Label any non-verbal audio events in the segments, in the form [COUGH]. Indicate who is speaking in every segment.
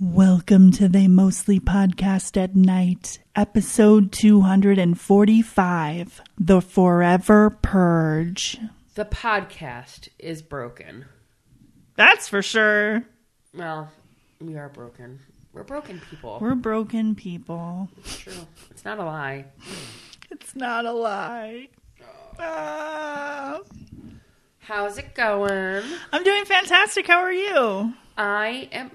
Speaker 1: Welcome to They Mostly Podcast at Night, episode 245 The Forever Purge.
Speaker 2: The podcast is broken.
Speaker 1: That's for sure.
Speaker 2: Well, we are broken. We're broken people.
Speaker 1: We're broken people.
Speaker 2: It's true. It's not a lie.
Speaker 1: It's not a lie. Ah.
Speaker 2: How's it going?
Speaker 1: I'm doing fantastic. How are you?
Speaker 2: I am.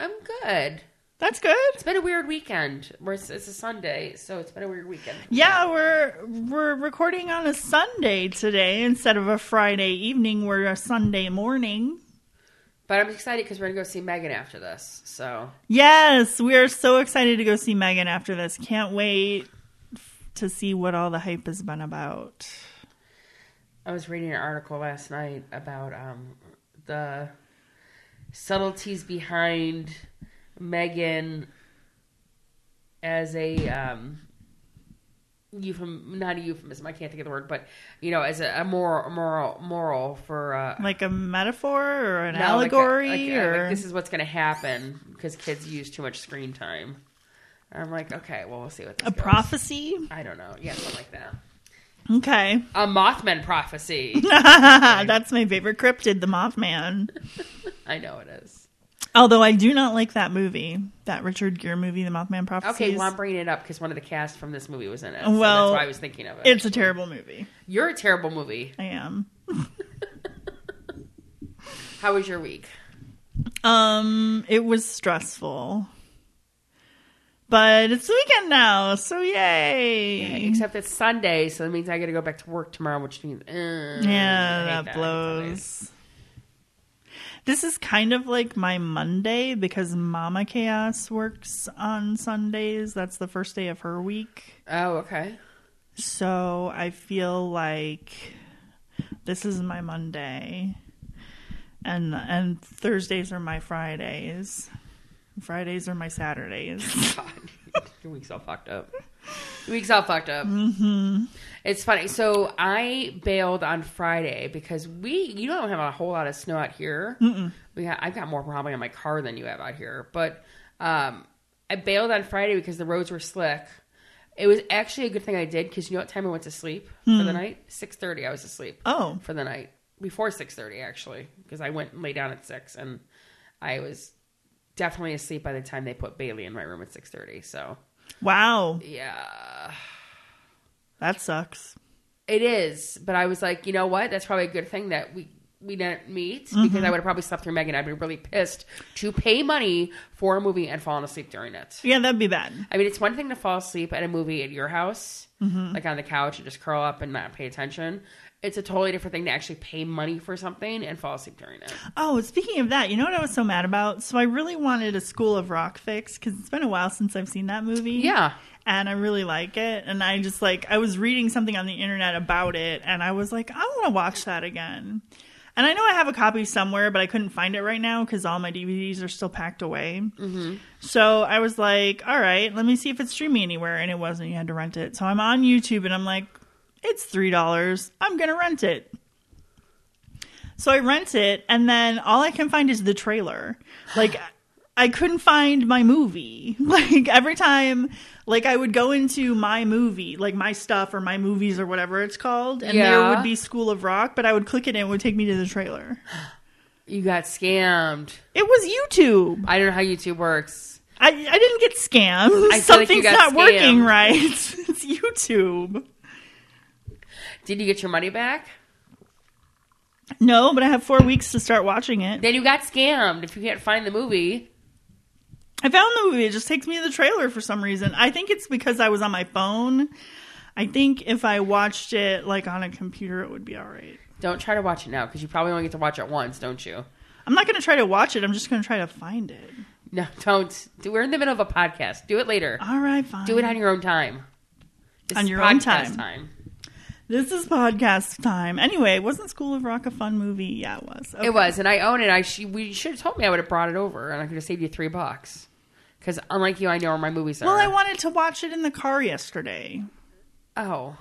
Speaker 2: I'm good.
Speaker 1: That's good.
Speaker 2: It's been a weird weekend. We're, it's a Sunday, so it's been a weird weekend.
Speaker 1: Yeah, we're we're recording on a Sunday today instead of a Friday evening. We're a Sunday morning.
Speaker 2: But I'm excited because we're gonna go see Megan after this. So
Speaker 1: Yes, we are so excited to go see Megan after this. Can't wait to see what all the hype has been about.
Speaker 2: I was reading an article last night about um, the subtleties behind Megan as a um, euphemism, not a euphemism. I can't think of the word, but you know, as a, a moral, moral, moral for uh,
Speaker 1: Like a metaphor or an
Speaker 2: no, like a-
Speaker 1: allegory
Speaker 2: like, uh,
Speaker 1: or
Speaker 2: like this is what's going to happen because kids use too much screen time. I'm like, okay, well, we'll see what this
Speaker 1: a
Speaker 2: goes.
Speaker 1: prophecy.
Speaker 2: I don't know. Yeah, something like that.
Speaker 1: Okay.
Speaker 2: A
Speaker 1: [LAUGHS]
Speaker 2: Mothman prophecy.
Speaker 1: That's my favorite cryptid, the Mothman.
Speaker 2: I know it is.
Speaker 1: Although I do not like that movie, that Richard Gere movie, The Mothman Prophecies.
Speaker 2: Okay, well, I'm bringing it up because one of the cast from this movie was in it. so
Speaker 1: Well,
Speaker 2: that's why I was thinking of it.
Speaker 1: it's a terrible movie.
Speaker 2: You're a terrible movie.
Speaker 1: I am.
Speaker 2: How was your week?
Speaker 1: Um, it was stressful, but it's the weekend now, so yay!
Speaker 2: Except it's Sunday, so that means I got to go back to work tomorrow, which means uh, I hate
Speaker 1: yeah,
Speaker 2: I hate
Speaker 1: that blows.
Speaker 2: Sundays.
Speaker 1: [LAUGHS] This is kind of like my Monday because Mama Chaos works on Sundays. That's the first day of her week.
Speaker 2: Oh, okay.
Speaker 1: So I feel like this is my Monday, and and Thursdays are my Fridays. Fridays are my [LAUGHS] Saturdays.
Speaker 2: God, [LAUGHS] your week's all fucked up. Your week's all fucked up. Mm-hmm. It's funny. So I bailed on Friday because we, you don't have a whole lot of snow out here. We got, I've got more probably on my car than you have out here. But um, I bailed on Friday because the roads were slick. It was actually a good thing I did because you know what time I went to sleep for the night? Six thirty. I was asleep
Speaker 1: Oh,
Speaker 2: for the night before 6.30 actually because i went and lay down at 6 and i was definitely asleep by the time they put bailey in my room at 6.30 so
Speaker 1: wow,
Speaker 2: yeah
Speaker 1: that sucks.
Speaker 2: it is but i was like you know what that's probably a good thing that we we didn't meet because i would have probably slept through megan i'd be really pissed to pay money for a movie and fallen asleep during it
Speaker 1: Yeah, that'd be bad.
Speaker 2: I mean, it's one thing to fall asleep at a movie at your house, like on the couch and just curl up and not pay attention. It's a totally different thing to actually pay money for something and fall asleep during it.
Speaker 1: Oh, speaking of that, you know what I was so mad about? So I really wanted a School of Rock fix because it's been a while since I've seen that movie.
Speaker 2: Yeah.
Speaker 1: and I really like it. And I just like I was reading something on the internet about it, and I was like, I want to watch that again. And I know I have a copy somewhere, but I couldn't find it right now because all my DVDs are still packed away. So I was like, all right, let me see if it's streaming anywhere, and it wasn't. You had to rent it. So I'm on YouTube, and I'm like, it's three dollars. I'm gonna rent it. So I rent it, and then all I can find is the trailer. Like, I couldn't find my movie. [LAUGHS] Like, every time, like, I would go into my movie, like my stuff or my movies or whatever it's called, and there
Speaker 2: Yeah.
Speaker 1: would be School of Rock, but I would click it and it would take me to the trailer.
Speaker 2: You got scammed.
Speaker 1: It was YouTube.
Speaker 2: I don't know how YouTube works.
Speaker 1: I, I didn't get scammed.
Speaker 2: I feel like you
Speaker 1: Something's
Speaker 2: got
Speaker 1: not working
Speaker 2: scammed.
Speaker 1: right. [LAUGHS] it's YouTube.
Speaker 2: Did you get your money back?
Speaker 1: No, but I have four weeks to start watching it.
Speaker 2: Then you got scammed if you can't find the movie.
Speaker 1: I found the movie. It just takes me to the trailer for some reason. I think it's because I was on my phone. I think if I watched it like on a computer, it would be all right.
Speaker 2: Don't try to watch it now because you probably only get to watch it once, don't you?
Speaker 1: I'm not going to try to watch it. I'm just going to try to find it.
Speaker 2: No, [LAUGHS] don't. Do- We're in the middle of a podcast. Do it later.
Speaker 1: All right, fine.
Speaker 2: Do it on your own time. This
Speaker 1: On
Speaker 2: is
Speaker 1: your own
Speaker 2: podcast
Speaker 1: time. This is podcast time. Anyway, wasn't School of Rock a fun movie? Yeah, it was. Okay.
Speaker 2: It was, and I own it. I she, we you should have told me I would have brought it over, and I could have saved you three bucks. Because unlike you, I know where my movies are.
Speaker 1: Well, I wanted to watch it in the car yesterday.
Speaker 2: oh,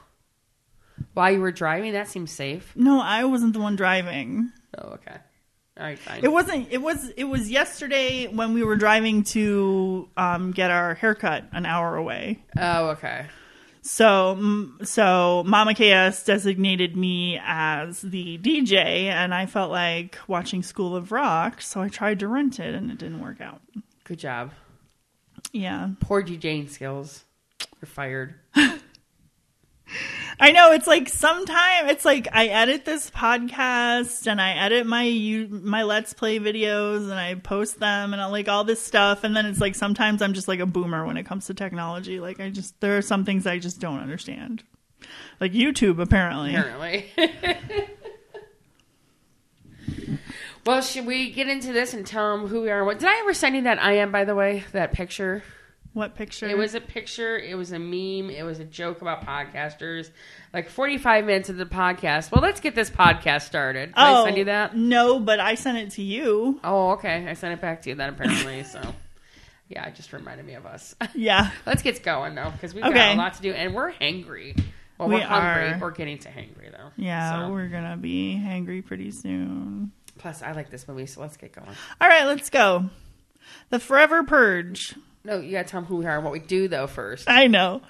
Speaker 2: while you were driving, that seems safe.
Speaker 1: No, I wasn't the one driving.
Speaker 2: Oh, okay. All right, fine.
Speaker 1: It wasn't. It was. It was yesterday when we were driving to um, get our haircut an hour away.
Speaker 2: oh, okay.
Speaker 1: So, mm, so Mama KS designated me as the DJ, and I felt like watching School of Rock, so I tried to rent it, and it didn't work out.
Speaker 2: Good job.
Speaker 1: Yeah,
Speaker 2: Poor DJing skills. You're fired.
Speaker 1: I know it's like sometime it's like I edit this podcast and I edit my you my let's play videos and I post them and I like all this stuff and then it's like sometimes I'm just like a boomer when it comes to technology like I just there are some things I just don't understand like YouTube apparently
Speaker 2: Apparently. [LAUGHS] well, should we get into this and tell them who we are? What did I ever send you that I am? By the way, that picture.
Speaker 1: what picture
Speaker 2: It was a picture. It was a meme. It was a joke about podcasters. Like 45 minutes of the podcast. Well, let's get this podcast started. Did
Speaker 1: Oh.
Speaker 2: I send you that?
Speaker 1: no but I sent it to you
Speaker 2: Oh, okay. I sent it back to you then, apparently. so, [LAUGHS] yeah, it just reminded me of us. [LAUGHS]
Speaker 1: yeah
Speaker 2: let's get going, though, because we've
Speaker 1: Okay.
Speaker 2: got a lot to do. And we're hangry. Well,
Speaker 1: We
Speaker 2: we are hungry.
Speaker 1: are.
Speaker 2: We're getting to hangry, though.
Speaker 1: yeah
Speaker 2: So-
Speaker 1: we're gonna be hangry pretty soon
Speaker 2: Plus, I like this movie, so let's get going.
Speaker 1: all right let's go the Forever Purge.
Speaker 2: No, you got to tell them who we are and what we do, though, first.
Speaker 1: I know.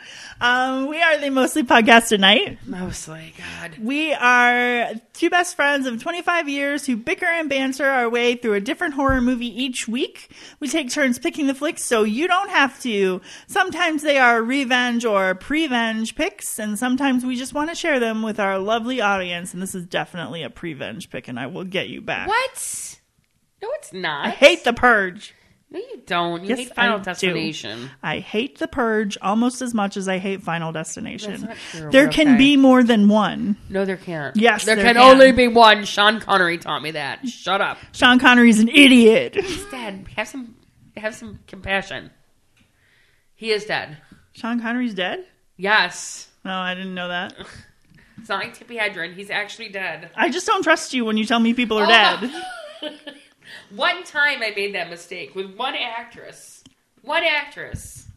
Speaker 1: Um, we are the Mostly Podcast Tonight.
Speaker 2: Mostly, God.
Speaker 1: We are two best friends of 25 years who bicker and banter our way through a different horror movie each week. We take turns picking the flicks so you don't have to. Sometimes they are revenge or prevenge picks, and sometimes we just want to share them with our lovely audience. And this is definitely a prevenge pick, and I will get you back.
Speaker 2: What? No, it's not.
Speaker 1: I hate the purge.
Speaker 2: No, you don't. You
Speaker 1: Yes,
Speaker 2: hate Final
Speaker 1: I do.
Speaker 2: Destination.
Speaker 1: I hate the purge almost as much as I hate Final Destination.
Speaker 2: That's not true,
Speaker 1: There
Speaker 2: but
Speaker 1: can
Speaker 2: okay.
Speaker 1: be more than one.
Speaker 2: No, there can't.
Speaker 1: Yes,
Speaker 2: there,
Speaker 1: there
Speaker 2: can,
Speaker 1: can.
Speaker 2: only be one. Sean Connery taught me that. Shut up,
Speaker 1: Sean Connery's an idiot. [LAUGHS]
Speaker 2: he's dead. Have some, have some compassion. He is dead.
Speaker 1: Sean Connery's dead?
Speaker 2: Yes, [LAUGHS]
Speaker 1: No, I didn't know that.
Speaker 2: it's not like Tippy Hedren. He's actually dead.
Speaker 1: I just don't trust you when you tell me people
Speaker 2: Oh.
Speaker 1: are dead.
Speaker 2: [LAUGHS] one time I made that mistake with one actress. One actress.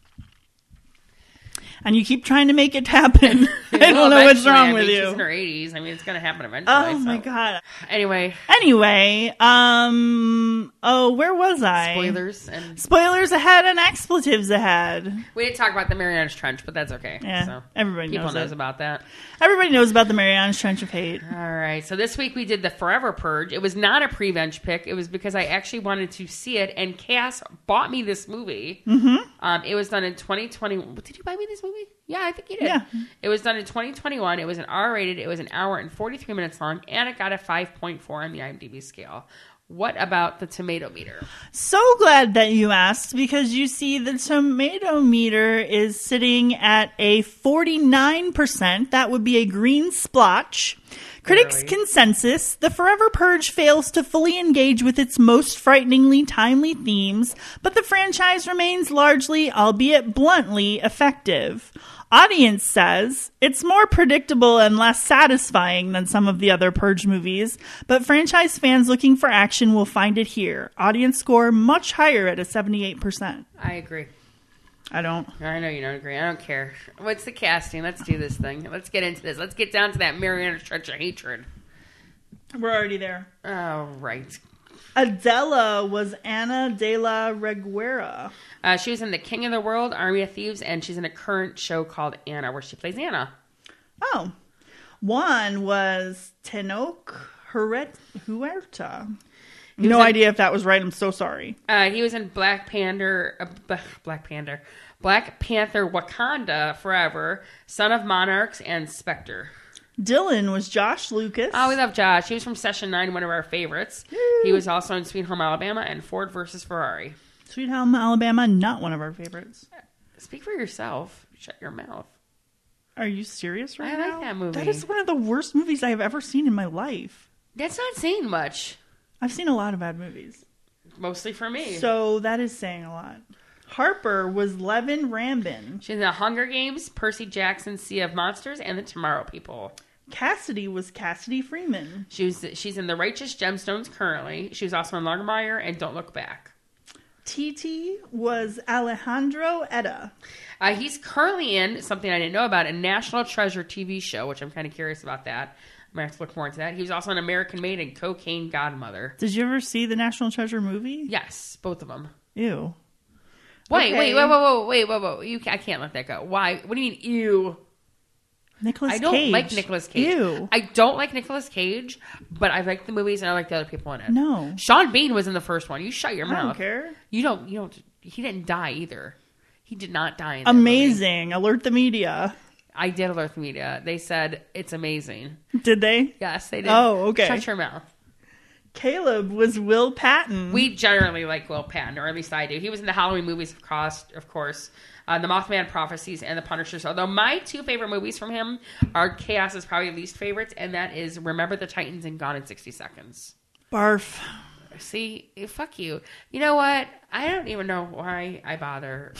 Speaker 1: And you keep trying to make it
Speaker 2: [LAUGHS]
Speaker 1: happen. [LAUGHS] [LAUGHS] I don't know what's
Speaker 2: Eventually,
Speaker 1: wrong
Speaker 2: I
Speaker 1: with
Speaker 2: mean, She's in
Speaker 1: you.
Speaker 2: her eighties. I mean, it's gonna happen eventually.
Speaker 1: Oh my
Speaker 2: so.
Speaker 1: god.
Speaker 2: Anyway,
Speaker 1: Anyway, um oh, where was I?
Speaker 2: spoilers, and
Speaker 1: Spoilers ahead and expletives ahead.
Speaker 2: we didn't talk about the Marianas Trench, but that's okay.
Speaker 1: Yeah.
Speaker 2: so.
Speaker 1: everybody
Speaker 2: People
Speaker 1: knows,
Speaker 2: knows
Speaker 1: it.
Speaker 2: about that.
Speaker 1: Everybody knows about the Marianas Trench of Hate.
Speaker 2: All right. So this week we did the Forever Purge. It was not a prevenge pick. It was because I actually wanted to see it, and Cass bought me this movie. Mm-hmm. Um, it was done in 2021. Did you buy me this movie? Yeah, I think you did.
Speaker 1: Yeah.
Speaker 2: It was done in 2021. It was an R-rated. It was an hour and 43 minutes long, and it got a 5.4 on the IMDb scale. What about the tomato meter?
Speaker 1: So glad that you asked because you see the tomato meter is sitting at a 49%. That would be a green splotch. Critics'
Speaker 2: Barely.
Speaker 1: consensus The Forever Purge fails to fully engage with its most frighteningly timely themes, but the franchise remains largely, albeit bluntly, effective. Audience says it's more predictable and less satisfying than some of the other Purge movies, but franchise fans looking for action will find it here. Audience score much higher at a 78%.
Speaker 2: I agree.
Speaker 1: I don't.
Speaker 2: I know you don't agree. I don't care. What's the casting? Let's do this thing. Let's get into this. Let's get down to that Mariana Trench of hatred.
Speaker 1: We're already there.
Speaker 2: All right.
Speaker 1: Adela was Anna de la Reguera.
Speaker 2: Uh, she was in The King of the World, Army of Thieves, and she's in a current show called Anna, where she plays Anna.
Speaker 1: Oh. One was Tenoch Huret- Huerta. No
Speaker 2: was a-
Speaker 1: idea if that was right. I'm so sorry.
Speaker 2: Uh, he was in Black Panther, uh, B- [LAUGHS] Black Panther, Black Panther, Wakanda Forever, Son of Monarchs, and Spectre.
Speaker 1: Dylan was Josh Lucas.
Speaker 2: Oh, we love Josh. He was from Session Nine, one of our favorites. He was also in Sweet Home Alabama and Ford versus Ferrari.
Speaker 1: Sweet Home Alabama, not one of our favorites.
Speaker 2: Speak for yourself. Shut your mouth.
Speaker 1: Are you serious right
Speaker 2: I like
Speaker 1: now?
Speaker 2: that movie.
Speaker 1: That is one of the worst movies I have ever seen in my life.
Speaker 2: That's not saying much,
Speaker 1: I've seen a lot of bad movies.
Speaker 2: mostly for me.
Speaker 1: So that is saying a lot. Harper was Levin Rambin.
Speaker 2: she's in The Hunger Games, Percy Jackson, Sea of Monsters, and The Tomorrow People.
Speaker 1: Cassidy was Cassidy Freeman.
Speaker 2: She was she's in the Righteous Gemstones currently. She was also in Lagermeyer and Don't Look Back.
Speaker 1: TT was Alejandro Etta.
Speaker 2: Uh, he's currently in something I didn't know about a National Treasure TV show, which I'm kind of curious about that. I have to look more into that. He was also an American Made and Cocaine Godmother.
Speaker 1: Did you ever see the National Treasure movie?
Speaker 2: Yes, both of them.
Speaker 1: Ew.
Speaker 2: Wait,
Speaker 1: Okay.
Speaker 2: wait, wait, whoa, wait, wait, whoa, whoa! You, ca- I can't let that go. Why? What do you mean? Ew.
Speaker 1: Nicholas
Speaker 2: I don't
Speaker 1: Cage.
Speaker 2: like Nicolas Cage.
Speaker 1: Ew.
Speaker 2: I don't like Nicolas Cage, but I like the movies and I like the other people in it.
Speaker 1: no. Oh,
Speaker 2: Sean Bean was in the first one. You shut your
Speaker 1: I
Speaker 2: mouth.
Speaker 1: don't care.
Speaker 2: You don't. You don't. He didn't die either. He did not die. In that movie.
Speaker 1: Amazing. Alert the media.
Speaker 2: I did alert the media. They said it's amazing.
Speaker 1: Did they?
Speaker 2: Yes, they did.
Speaker 1: Oh, okay.
Speaker 2: Shut your mouth.
Speaker 1: Caleb was Will Patton.
Speaker 2: We generally like Will Patton, or at least I do. He was in the Halloween movies, of course, of course, uh, the Mothman prophecies and the Punishers. Although my two favorite movies from him are Chaos is probably least favorite, and that is Remember the Titans and Gone in sixty seconds.
Speaker 1: barf.
Speaker 2: See, eh, fuck you. You know what? I don't even know why I bother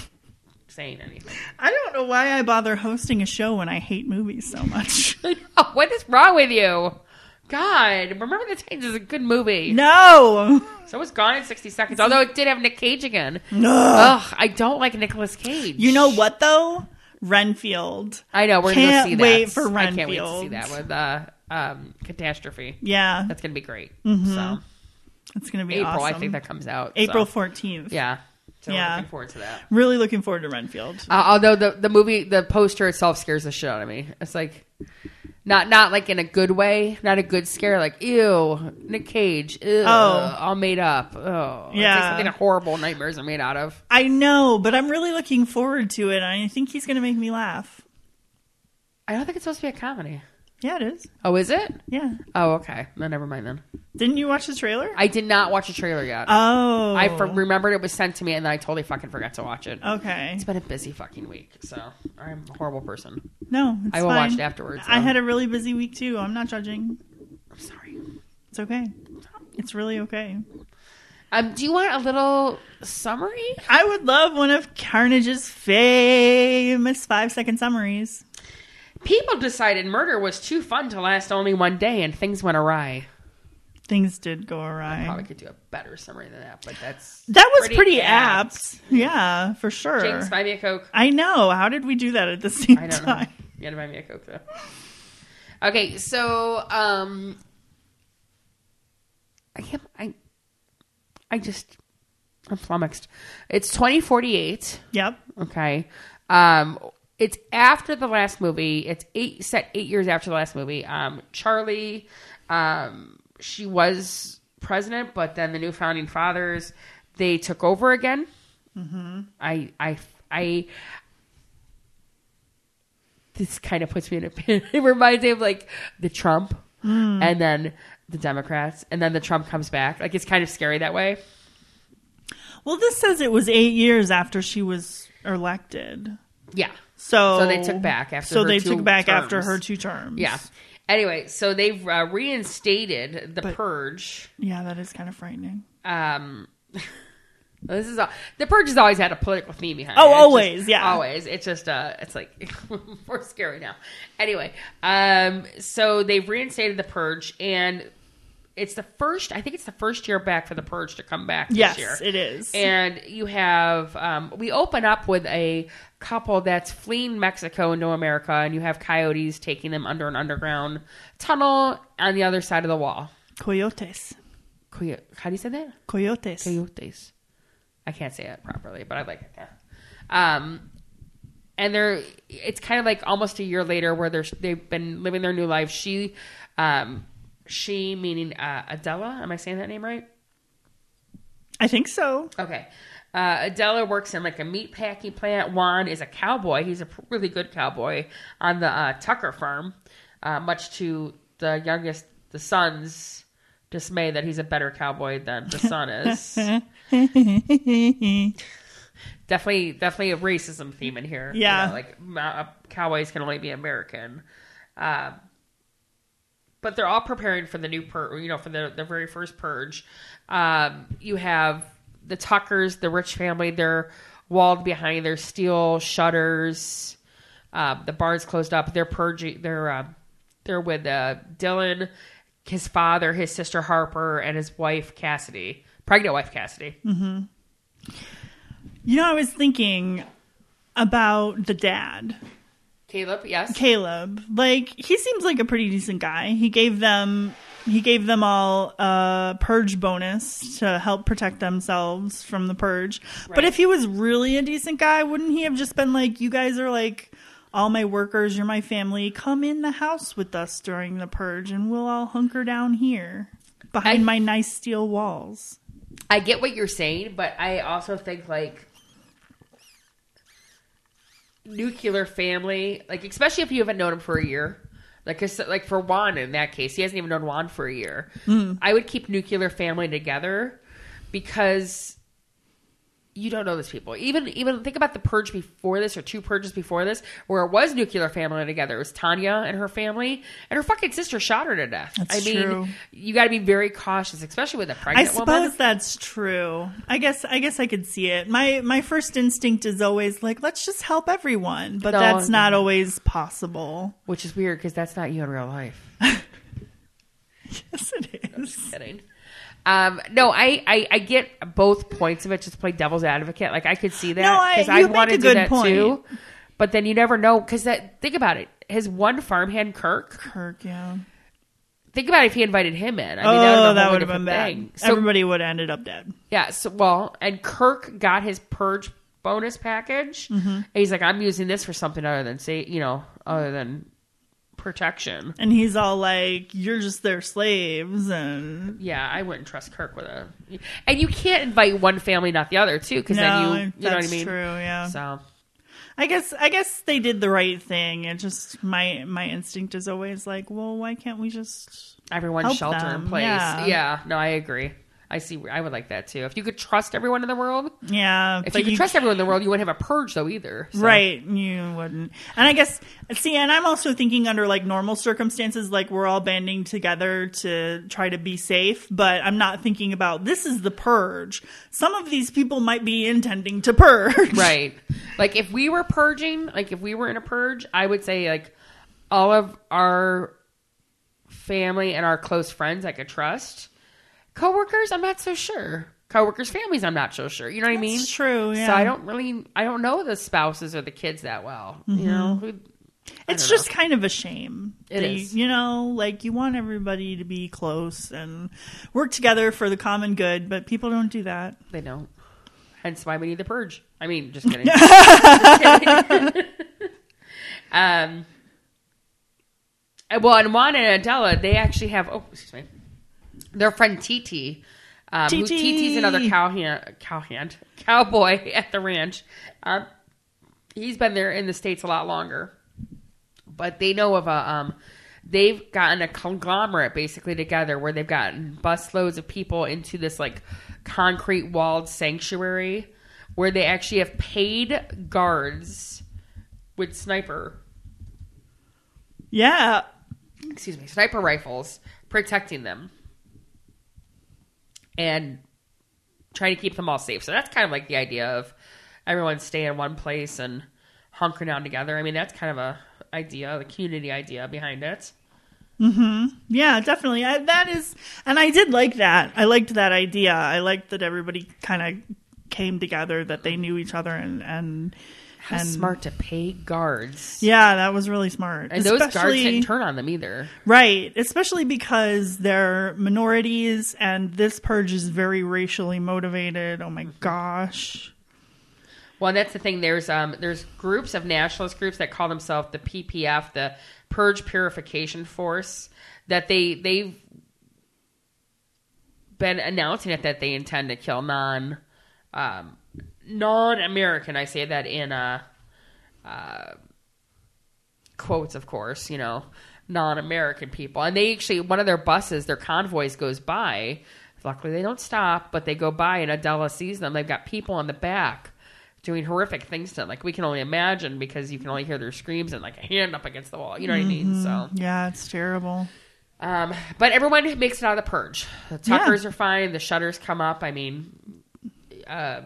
Speaker 2: saying anything.
Speaker 1: I don't know why I bother hosting a show when I hate movies so
Speaker 2: [LAUGHS]
Speaker 1: much.
Speaker 2: what is wrong with you? God, Remember the Titans is a good movie.
Speaker 1: no.
Speaker 2: So it's gone in 60 seconds, although it did have Nick Cage again.
Speaker 1: No.
Speaker 2: Ugh, I don't like Nicolas Cage.
Speaker 1: You know what though? Renfield.
Speaker 2: I know, we're going to
Speaker 1: Can't
Speaker 2: see that.
Speaker 1: wait for
Speaker 2: I can't wait to see
Speaker 1: Renfield.
Speaker 2: that with uh, um, Catastrophe.
Speaker 1: Yeah,
Speaker 2: That's going to be great. So
Speaker 1: it's gonna Mm-hmm. be
Speaker 2: April,
Speaker 1: awesome.
Speaker 2: I think that comes out. so-
Speaker 1: April fourteenth.
Speaker 2: Yeah. So we're
Speaker 1: Yeah.
Speaker 2: looking forward to that.
Speaker 1: Really looking forward to Renfield.
Speaker 2: Uh, although the the movie the poster itself scares the shit out of me. It's like not not like in a good way, not a good scare. Like ew, Nick Cage, ew,
Speaker 1: Oh.
Speaker 2: all made up. Oh, It's like
Speaker 1: Yeah.
Speaker 2: something that horrible nightmares are made out of.
Speaker 1: I know, but I'm really looking forward to it. I think he's gonna make me laugh.
Speaker 2: I don't think it's supposed to be a comedy.
Speaker 1: Yeah, it is.
Speaker 2: Oh, is it?
Speaker 1: Yeah.
Speaker 2: Oh, okay. No, never mind then.
Speaker 1: Didn't you watch the trailer?
Speaker 2: I did not watch a trailer yet.
Speaker 1: oh,
Speaker 2: I for- remembered it was sent to me, and then I totally fucking forgot to watch it.
Speaker 1: okay.
Speaker 2: It's been a busy fucking week, so I'm a horrible person.
Speaker 1: No, it's
Speaker 2: I will
Speaker 1: fine.
Speaker 2: watch it afterwards.
Speaker 1: I
Speaker 2: though.
Speaker 1: had a really busy week too. I'm not judging.
Speaker 2: I'm sorry.
Speaker 1: It's okay. It's really okay.
Speaker 2: Um, do you want a little summary?
Speaker 1: I would love one of Carnage's famous five second summaries.
Speaker 2: People decided murder was too fun to last only one day, and things went awry.
Speaker 1: Things did go
Speaker 2: Probably
Speaker 1: awry.
Speaker 2: could do a better summary than that, but that's
Speaker 1: That was pretty, apt. Yeah, for sure.
Speaker 2: Jinx, buy me a coke.
Speaker 1: I know. How did we do that at the same [LAUGHS]
Speaker 2: I don't know.
Speaker 1: time?
Speaker 2: You gotta buy me a coke though. Okay, so um, I can't. I I just I'm flummoxed. It's 2048.
Speaker 1: Yep.
Speaker 2: Okay. Um it's after the last movie. It's eight set eight years after the last movie. Um Charlie um she was president, but then the new founding fathers they took over again. I I I this kind of puts me in a [LAUGHS] pin. It reminds me of like the Trump and then the Democrats and then the Trump comes back. Like it's kind of scary that way.
Speaker 1: Well, this says it was eight years after she was elected.
Speaker 2: Yeah.
Speaker 1: So,
Speaker 2: So they took back after
Speaker 1: So
Speaker 2: her
Speaker 1: they
Speaker 2: two
Speaker 1: took back after
Speaker 2: terms.
Speaker 1: her two terms.
Speaker 2: Yeah. Anyway, so they've uh, reinstated the
Speaker 1: But-
Speaker 2: purge.
Speaker 1: Yeah, that is kind of frightening.
Speaker 2: Um, [LAUGHS] this is a, the purge has always had a political theme behind
Speaker 1: Oh,
Speaker 2: it. It's
Speaker 1: always,
Speaker 2: just-
Speaker 1: yeah.
Speaker 2: always. It's just uh, it's like [LAUGHS] more scary now. Anyway, um, so they've reinstated the purge, and it's the first. I think it's the first year back for the purge to come back. This
Speaker 1: Yes,
Speaker 2: year.
Speaker 1: it is.
Speaker 2: And you have, um, we open up with a couple that's fleeing Mexico into America, and you have coyotes taking them under an underground tunnel on the other side of the wall.
Speaker 1: coyotes.
Speaker 2: Coyo- How do you say that?
Speaker 1: Coyotes.
Speaker 2: Coyotes. I can't say it properly, but I like it. Yeah. Um, and they're, it's kind of like almost a year later where they're, they've been living their new life. She, um, she meaning uh, Adela, am I saying that name right?
Speaker 1: I think
Speaker 2: [LAUGHS]
Speaker 1: so.
Speaker 2: Okay. Uh, Adela works in like a meat packing plant. Juan is a cowboy. He's a p- really good cowboy on the uh, Tucker farm, uh, much to the youngest, the son's dismay that he's a better cowboy than the son
Speaker 1: [LAUGHS]
Speaker 2: is. definitely, definitely a racism theme in here. You
Speaker 1: Yeah.
Speaker 2: know, like ma- uh, cowboys can only be American. Uh, but they're all preparing for the new purge, you know, for the, the very first purge. Um, you have the Tuckers, the rich family, they're walled behind their steel shutters. Uh, the barn's closed up. They're purging. They're uh, they're with uh, Dylan, his father, his sister Harper, and his wife Cassidy, pregnant wife Cassidy.
Speaker 1: You know, I was thinking about the dad
Speaker 2: Caleb, yes.
Speaker 1: Caleb. Like he seems like a pretty decent guy. He gave them he gave them all a purge bonus to help protect themselves from the purge. But
Speaker 2: Right.
Speaker 1: if he was really a decent guy, wouldn't he have just been like, "You guys are like all my workers, you're my family. Come in the house with us during the purge and we'll all hunker down here behind
Speaker 2: I-
Speaker 1: my nice steel walls."
Speaker 2: I get what you're saying, but I also think like nuclear family, like especially if you haven't known him for a year. Like, 'cause, like for Juan in that case, he hasn't even known Juan for a year.
Speaker 1: Mm-hmm.
Speaker 2: I would keep nuclear family together because you don't know these people. Even even think about the purge before this or two purges before this, where it was nuclear family together. It was Tanya and her family, and her fucking sister shot her to death.
Speaker 1: That's
Speaker 2: I mean,
Speaker 1: true.
Speaker 2: you got to be very cautious, especially with a
Speaker 1: I
Speaker 2: pregnant
Speaker 1: suppose
Speaker 2: woman.
Speaker 1: that's true. I guess I guess I could see it. My my first instinct is always like, let's just help everyone, but
Speaker 2: No,
Speaker 1: that's
Speaker 2: no.
Speaker 1: not always possible. [LAUGHS]
Speaker 2: Which is weird because that's not you in real life.
Speaker 1: Yes, it is.
Speaker 2: [LAUGHS] Kidding. Um, no, I, I, I get both points of it. Just to play devil's advocate. Like I could see
Speaker 1: No, I-
Speaker 2: that because
Speaker 1: you
Speaker 2: I,
Speaker 1: make
Speaker 2: want
Speaker 1: a
Speaker 2: to do
Speaker 1: good
Speaker 2: that
Speaker 1: point.
Speaker 2: too. But then you never know because that. Think about it. His one farmhand Kirk.
Speaker 1: Kirk, yeah.
Speaker 2: Think about if he invited him in. I mean,
Speaker 1: oh,
Speaker 2: that
Speaker 1: that
Speaker 2: would
Speaker 1: would
Speaker 2: have
Speaker 1: have been bad.
Speaker 2: So
Speaker 1: Everybody would have ended up dead.
Speaker 2: yeah. So well, and Kirk got his purge bonus package.
Speaker 1: Mm-hmm.
Speaker 2: And he's like, I'm using this for something other than say, you know, other than protection.
Speaker 1: And he's all like, "You're just their slaves," and
Speaker 2: Yeah, I wouldn't trust Kirk with a. And you can't invite one family, not the other, too, because
Speaker 1: no,
Speaker 2: then you, you
Speaker 1: that's
Speaker 2: know what I mean.
Speaker 1: true. Yeah,
Speaker 2: So
Speaker 1: I guess I guess they did the right thing. It just my my instinct is always like, "Well, why can't we just?"
Speaker 2: everyone
Speaker 1: Help
Speaker 2: shelter in
Speaker 1: them,
Speaker 2: place.
Speaker 1: yeah.
Speaker 2: Yeah. no, I agree. I see. I would like that too. If you could trust everyone in the world,
Speaker 1: Yeah,
Speaker 2: if
Speaker 1: but
Speaker 2: you could trust everyone in the world, you wouldn't have a purge though either. So.
Speaker 1: Right, you wouldn't. And I guess see, and I'm also thinking under like normal circumstances, like we're all banding together to try to be safe, but I'm not thinking about this is the purge. Some of these people might be intending to purge. [LAUGHS]
Speaker 2: right. Like if we were purging, like if we were in a purge, I would say like all of our family and our close friends I could trust. Coworkers, I'm not so sure. Coworkers, families, I'm not so sure. You know what I mean?
Speaker 1: It's true, yeah.
Speaker 2: So I don't really, I don't know the spouses or the kids that well. You know, who, I
Speaker 1: Mm-hmm. it's
Speaker 2: don't know.
Speaker 1: just kind of a shame.
Speaker 2: It
Speaker 1: that
Speaker 2: is.
Speaker 1: You, you know, like you want everybody to be close and work together for the common good, but people don't do that.
Speaker 2: they don't. Hence why we need the purge. I mean,
Speaker 1: [LAUGHS]
Speaker 2: just kidding. [LAUGHS] Just kidding. um. and- Well, and Juan and Adela, they actually have. Oh, excuse me. Their friend Titi, um, who
Speaker 1: Titi.
Speaker 2: Titi's another cowhand, cowhand, [LAUGHS] cowboy at the ranch. Um, he's been there in the states a lot longer, but they know of a. Um, they've gotten a conglomerate basically together where they've gotten busloads of people into this like concrete walled sanctuary where they actually have paid guards with sniper
Speaker 1: Yeah.
Speaker 2: excuse me, sniper rifles protecting them and trying to keep them all safe. So that's kind of like the idea of everyone stay in one place and hunker down together. I mean, that's kind of a idea, the community idea behind it.
Speaker 1: Yeah, definitely. I, that is, and I did like that. I liked that idea. I liked that everybody kind of came together, that they knew each other, and and
Speaker 2: How
Speaker 1: And-
Speaker 2: smart to pay guards.
Speaker 1: yeah, that was really smart.
Speaker 2: And those guards
Speaker 1: Especially-
Speaker 2: didn't turn on them either.
Speaker 1: right? Especially because they're minorities, and this purge is very racially motivated. Oh my
Speaker 2: Mm-hmm.
Speaker 1: gosh!
Speaker 2: Well, that's the thing. There's um, there's groups of nationalist groups that call themselves the PPF, the Purge Purification Force, that they they've been announcing it that they intend to kill non um, non American. I say that in uh, uh, quotes, of course. You know, non American people, and they actually one of their buses, their convoys goes by. Luckily, they don't stop, but they go by, and Adela sees them. They've got people on the back doing horrific things to them. Like we can only imagine because you can only hear their screams and like a hand up against the wall. You know what I mean? So.
Speaker 1: Yeah, it's terrible.
Speaker 2: Um, but everyone makes it out of the purge. The Tuckers are fine. The shutters come up. I mean, uh,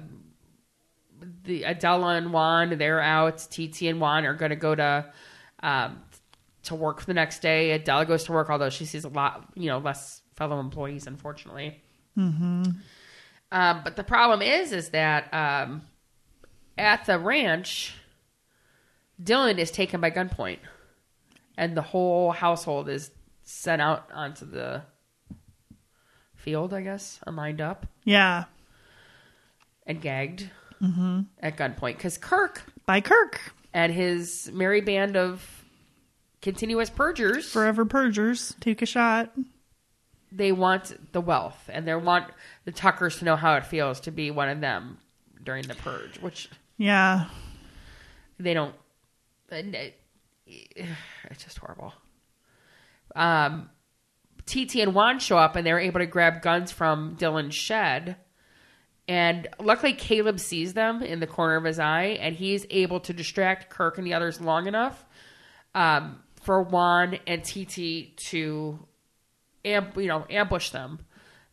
Speaker 2: the Adela and Juan they're out. TT and Juan are going to go to um, to work for the next day. Adela goes to work, although she sees a lot, you know, less fellow employees, unfortunately. Mm-hmm. Um, but the problem is, is that um, at the ranch, Dylan is taken by gunpoint, and the whole household is sent out onto the field, I guess, and lined up
Speaker 1: Yeah.
Speaker 2: and gagged at gunpoint because Kirk
Speaker 1: By Kirk.
Speaker 2: and his merry band of continuous purgers
Speaker 1: Forever Purgers. Take a shot.
Speaker 2: they want the wealth and they want the Tuckers to know how it feels to be one of them during the purge, which
Speaker 1: Yeah.
Speaker 2: they don't. and it- uh, [SIGHS] It's just horrible. Um, TT and Juan show up and they're able to grab guns from Dylan's shed. And luckily, Caleb sees them in the corner of his eye and he's able to distract Kirk and the others long enough um, for Juan and TT to am- you know, ambush them.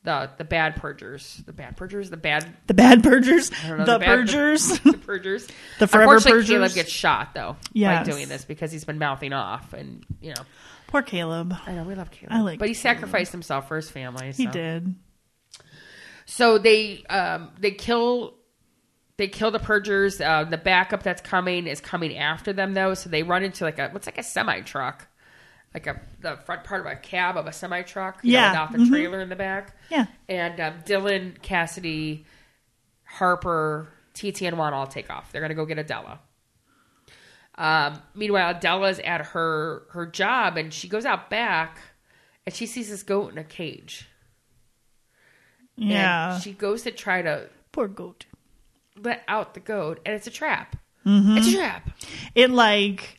Speaker 2: The, the bad purgers, the bad purgers, the bad
Speaker 1: The bad purgers.
Speaker 2: I don't know,
Speaker 1: the
Speaker 2: bad-
Speaker 1: purgers.
Speaker 2: [LAUGHS]
Speaker 1: [LAUGHS]
Speaker 2: the, purgers,
Speaker 1: The forever
Speaker 2: Unfortunately,
Speaker 1: purgers.
Speaker 2: Caleb gets shot though. Yeah,
Speaker 1: Yes.
Speaker 2: doing this because he's been mouthing off, and you know,
Speaker 1: Poor Caleb.
Speaker 2: I know we love Caleb,
Speaker 1: I like
Speaker 2: but he
Speaker 1: Caleb.
Speaker 2: sacrificed himself for his family. So.
Speaker 1: He did.
Speaker 2: So they um, they kill they kill the purgers. Uh, the backup that's coming is coming after them though, so they run into like a what's like a semi truck, like a the front part of a cab of a semi truck.
Speaker 1: Yeah.
Speaker 2: without the
Speaker 1: Mhm.
Speaker 2: trailer in the back.
Speaker 1: Yeah.
Speaker 2: And um, Dylan, Cassidy, Harper, TT, and Juan all take off. They're gonna go get Adela. Um, meanwhile, Adela's at her her job, and she goes out back, and she sees this goat in a cage. And
Speaker 1: Yeah.
Speaker 2: she goes to try to
Speaker 1: Poor goat.
Speaker 2: let out the goat, and it's a trap.
Speaker 1: Mm-hmm.
Speaker 2: It's a trap.
Speaker 1: It like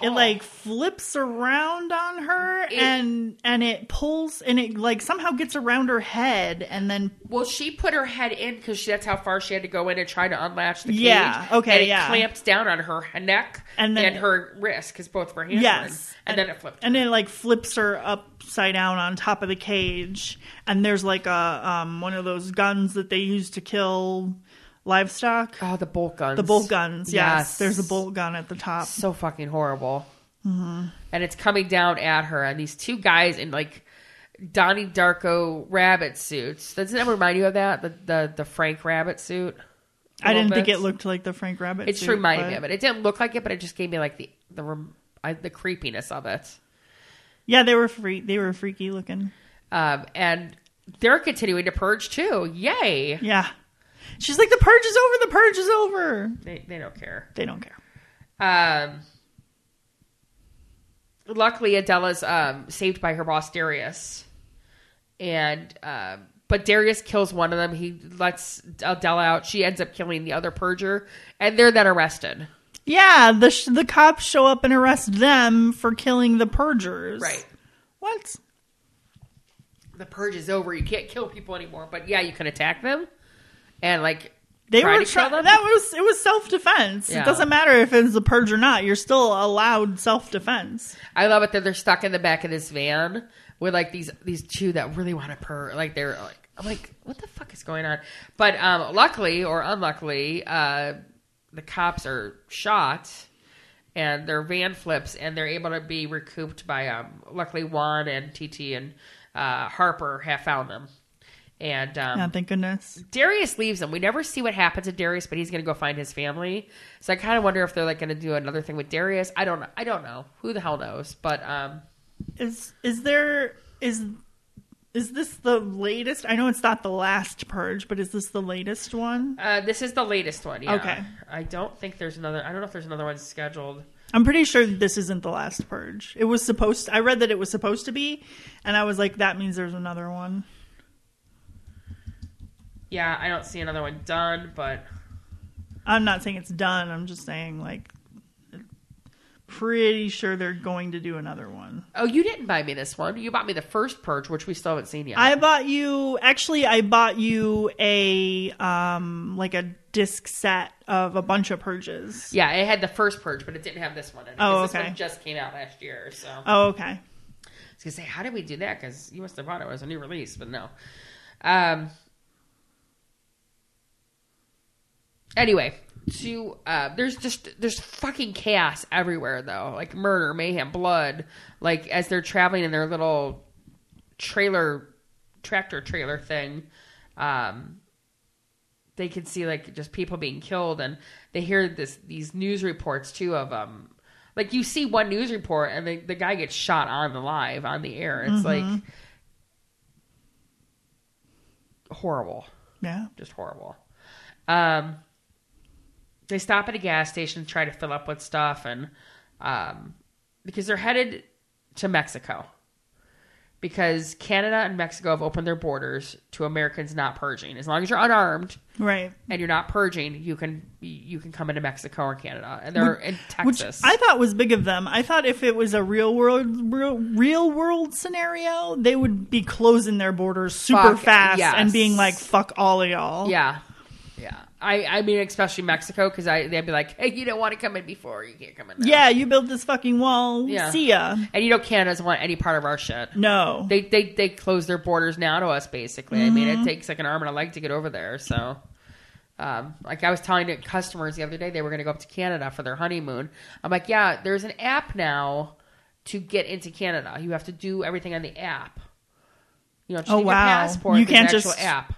Speaker 1: it
Speaker 2: Oh.
Speaker 1: like flips around on her
Speaker 2: It-
Speaker 1: and and it pulls and it like somehow gets around her head and then
Speaker 2: Well, she put her head in because that's how far she had to go in to try to unlatch the cage.
Speaker 1: Yeah, okay,
Speaker 2: and it
Speaker 1: yeah.
Speaker 2: clamps down on her neck and,
Speaker 1: And then-
Speaker 2: her wrist because both of her hands. were in.
Speaker 1: yes
Speaker 2: and, then it flipped.
Speaker 1: and it like flips her upside down on top of the cage and there's like a um one of those guns that they use to kill livestock
Speaker 2: oh, the bolt guns.
Speaker 1: the bolt guns yes. there's a bolt Mm-hmm. gun at the top
Speaker 2: So fucking horrible. And it's coming down at her, and these two guys in like Donnie Darko rabbit suits. Doesn't that remind you of that? The the, the Frank rabbit suit. A
Speaker 1: I
Speaker 2: little
Speaker 1: didn't think
Speaker 2: bit?
Speaker 1: it looked like the Frank Rabbit
Speaker 2: It just
Speaker 1: suit,
Speaker 2: reminded me
Speaker 1: but-
Speaker 2: of it. It didn't look like it, but it just gave me like the the rem- I, the creepiness of it.
Speaker 1: yeah they were free they were freaky looking
Speaker 2: Um, and they're continuing to purge too. Yay!
Speaker 1: yeah she's like the purge is over the purge is over
Speaker 2: They they don't care.
Speaker 1: they don't care
Speaker 2: Um, luckily, Adela's um, saved by her boss Darius, and um, but Darius kills one of them. He lets Adela out. She ends up killing the other purger, and they're then arrested.
Speaker 1: Yeah, the sh- the cops show up and arrest them for killing the purgers.
Speaker 2: Right.
Speaker 1: What?
Speaker 2: The purge is over. You can't kill people anymore, but yeah, you can attack them, and like
Speaker 1: They
Speaker 2: try
Speaker 1: were
Speaker 2: to kill
Speaker 1: trying.
Speaker 2: them.
Speaker 1: That was it. Was self defense.
Speaker 2: Yeah.
Speaker 1: It doesn't matter if it's a purge or not. You're still allowed self defense.
Speaker 2: I love it that they're stuck in the back of this van with like these these two that really want to purr. Like they're like, I'm like, what the fuck is going on? But um, luckily or unluckily, uh, the cops are shot, and their van flips, and they're able to be recouped by um. Luckily, Juan and TT and uh, Harper have found them, and um,
Speaker 1: yeah, thank goodness.
Speaker 2: Darius leaves him. We never see what happened to Darius, but he's going to go find his family. So I kind of wonder if they're like going to do another thing with Darius. I don't. I don't know. Who the hell knows? But um,
Speaker 1: Is is there is is this the latest? I know it's not the last purge, but is this the latest one?
Speaker 2: uh, this is the latest one. Yeah.
Speaker 1: Okay.
Speaker 2: I don't think there's another. I don't know if there's another one scheduled.
Speaker 1: I'm pretty sure that this isn't the last purge. It was supposed. I read that it was supposed to be, and I was like, that means there's another one.
Speaker 2: Yeah, I don't see another one done. But
Speaker 1: I'm not saying it's done. I'm just saying like pretty sure they're going to do another one.
Speaker 2: oh, you didn't buy me this one. You bought me the first purge, which we still haven't seen yet.
Speaker 1: I bought you actually I bought you a um like a disc set of a bunch of purges.
Speaker 2: yeah, it had the first purge, but it didn't have this one. In it,
Speaker 1: Oh,
Speaker 2: 'cause This
Speaker 1: okay.
Speaker 2: one just came out last year, so.
Speaker 1: Oh okay.
Speaker 2: I was gonna say, how did we do that? Because you must have bought it as a new release, but no. Um. Anyway, to uh, there's just there's fucking chaos everywhere though, like murder, mayhem, blood. Like as they're traveling in their little trailer, tractor trailer thing, um, they could see like just people being killed, and they hear this these news reports too of um like you see one news report and the, the guy gets shot on the live on the air. It's like horrible,
Speaker 1: Yeah.
Speaker 2: just horrible. Um, they stop at a gas station, try to fill up with stuff, and um, because they're headed to Mexico. Because Canada and Mexico have opened their borders to Americans not purging. As long as you're unarmed
Speaker 1: Right.
Speaker 2: and you're not purging, you can you can come into Mexico or Canada, and they're in
Speaker 1: Which
Speaker 2: Texas.
Speaker 1: I thought was big of them. I thought if it was a real world real, real world scenario, they would be closing their borders super
Speaker 2: Fuck,
Speaker 1: fast
Speaker 2: yes.
Speaker 1: and being like "fuck all of y'all."
Speaker 2: yeah, yeah. I I mean, especially Mexico, because I they'd be like, hey, you don't want to come in before, you can't come in. Now.
Speaker 1: yeah. You built this fucking wall.
Speaker 2: Yeah.
Speaker 1: See ya.
Speaker 2: and you know Canada doesn't want any part of our shit.
Speaker 1: No.
Speaker 2: They they they close their borders now to us basically. I mean,
Speaker 1: Mm-hmm.
Speaker 2: it takes like an arm and a leg to get over there. So, um, like I was telling the customers the other day, they were going to go up to Canada for their honeymoon. I'm like, yeah, there's an app now to get into Canada. You have to do everything on the app. You know, just
Speaker 1: Oh,
Speaker 2: need
Speaker 1: wow.
Speaker 2: your passport.
Speaker 1: You
Speaker 2: there's an
Speaker 1: can't
Speaker 2: actual
Speaker 1: just
Speaker 2: app.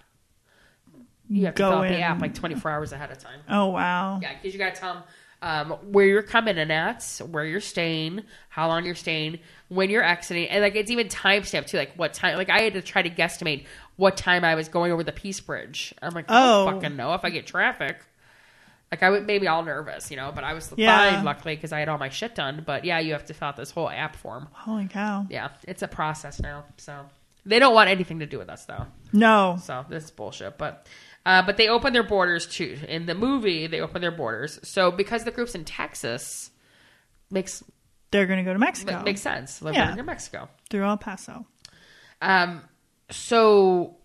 Speaker 2: You have to
Speaker 1: go
Speaker 2: fill out the
Speaker 1: in.
Speaker 2: app like 24 hours ahead of time.
Speaker 1: oh wow.
Speaker 2: Yeah, because you got to tell them um, where you're coming in at, where you're staying, how long you're staying, when you're exiting, and like it's even timestamped too, like what time. Like I had to try to guesstimate what time I was going over the Peace Bridge. I'm like, I
Speaker 1: Oh.
Speaker 2: don't fucking know if I get traffic. Like I would made me all nervous, you know, but I was
Speaker 1: Yeah.
Speaker 2: fine luckily because I had all my shit done. But yeah, you have to fill out this whole app form.
Speaker 1: Holy cow.
Speaker 2: Yeah, it's a process now. So they don't want anything to do with us though.
Speaker 1: No.
Speaker 2: So this is bullshit. But uh, but they open their borders too. In the movie, they open their borders. So because the group's in Texas, makes
Speaker 1: They're gonna go to Mexico
Speaker 2: makes sense. They're
Speaker 1: Yeah.
Speaker 2: going to Mexico.
Speaker 1: through El Paso.
Speaker 2: Um, so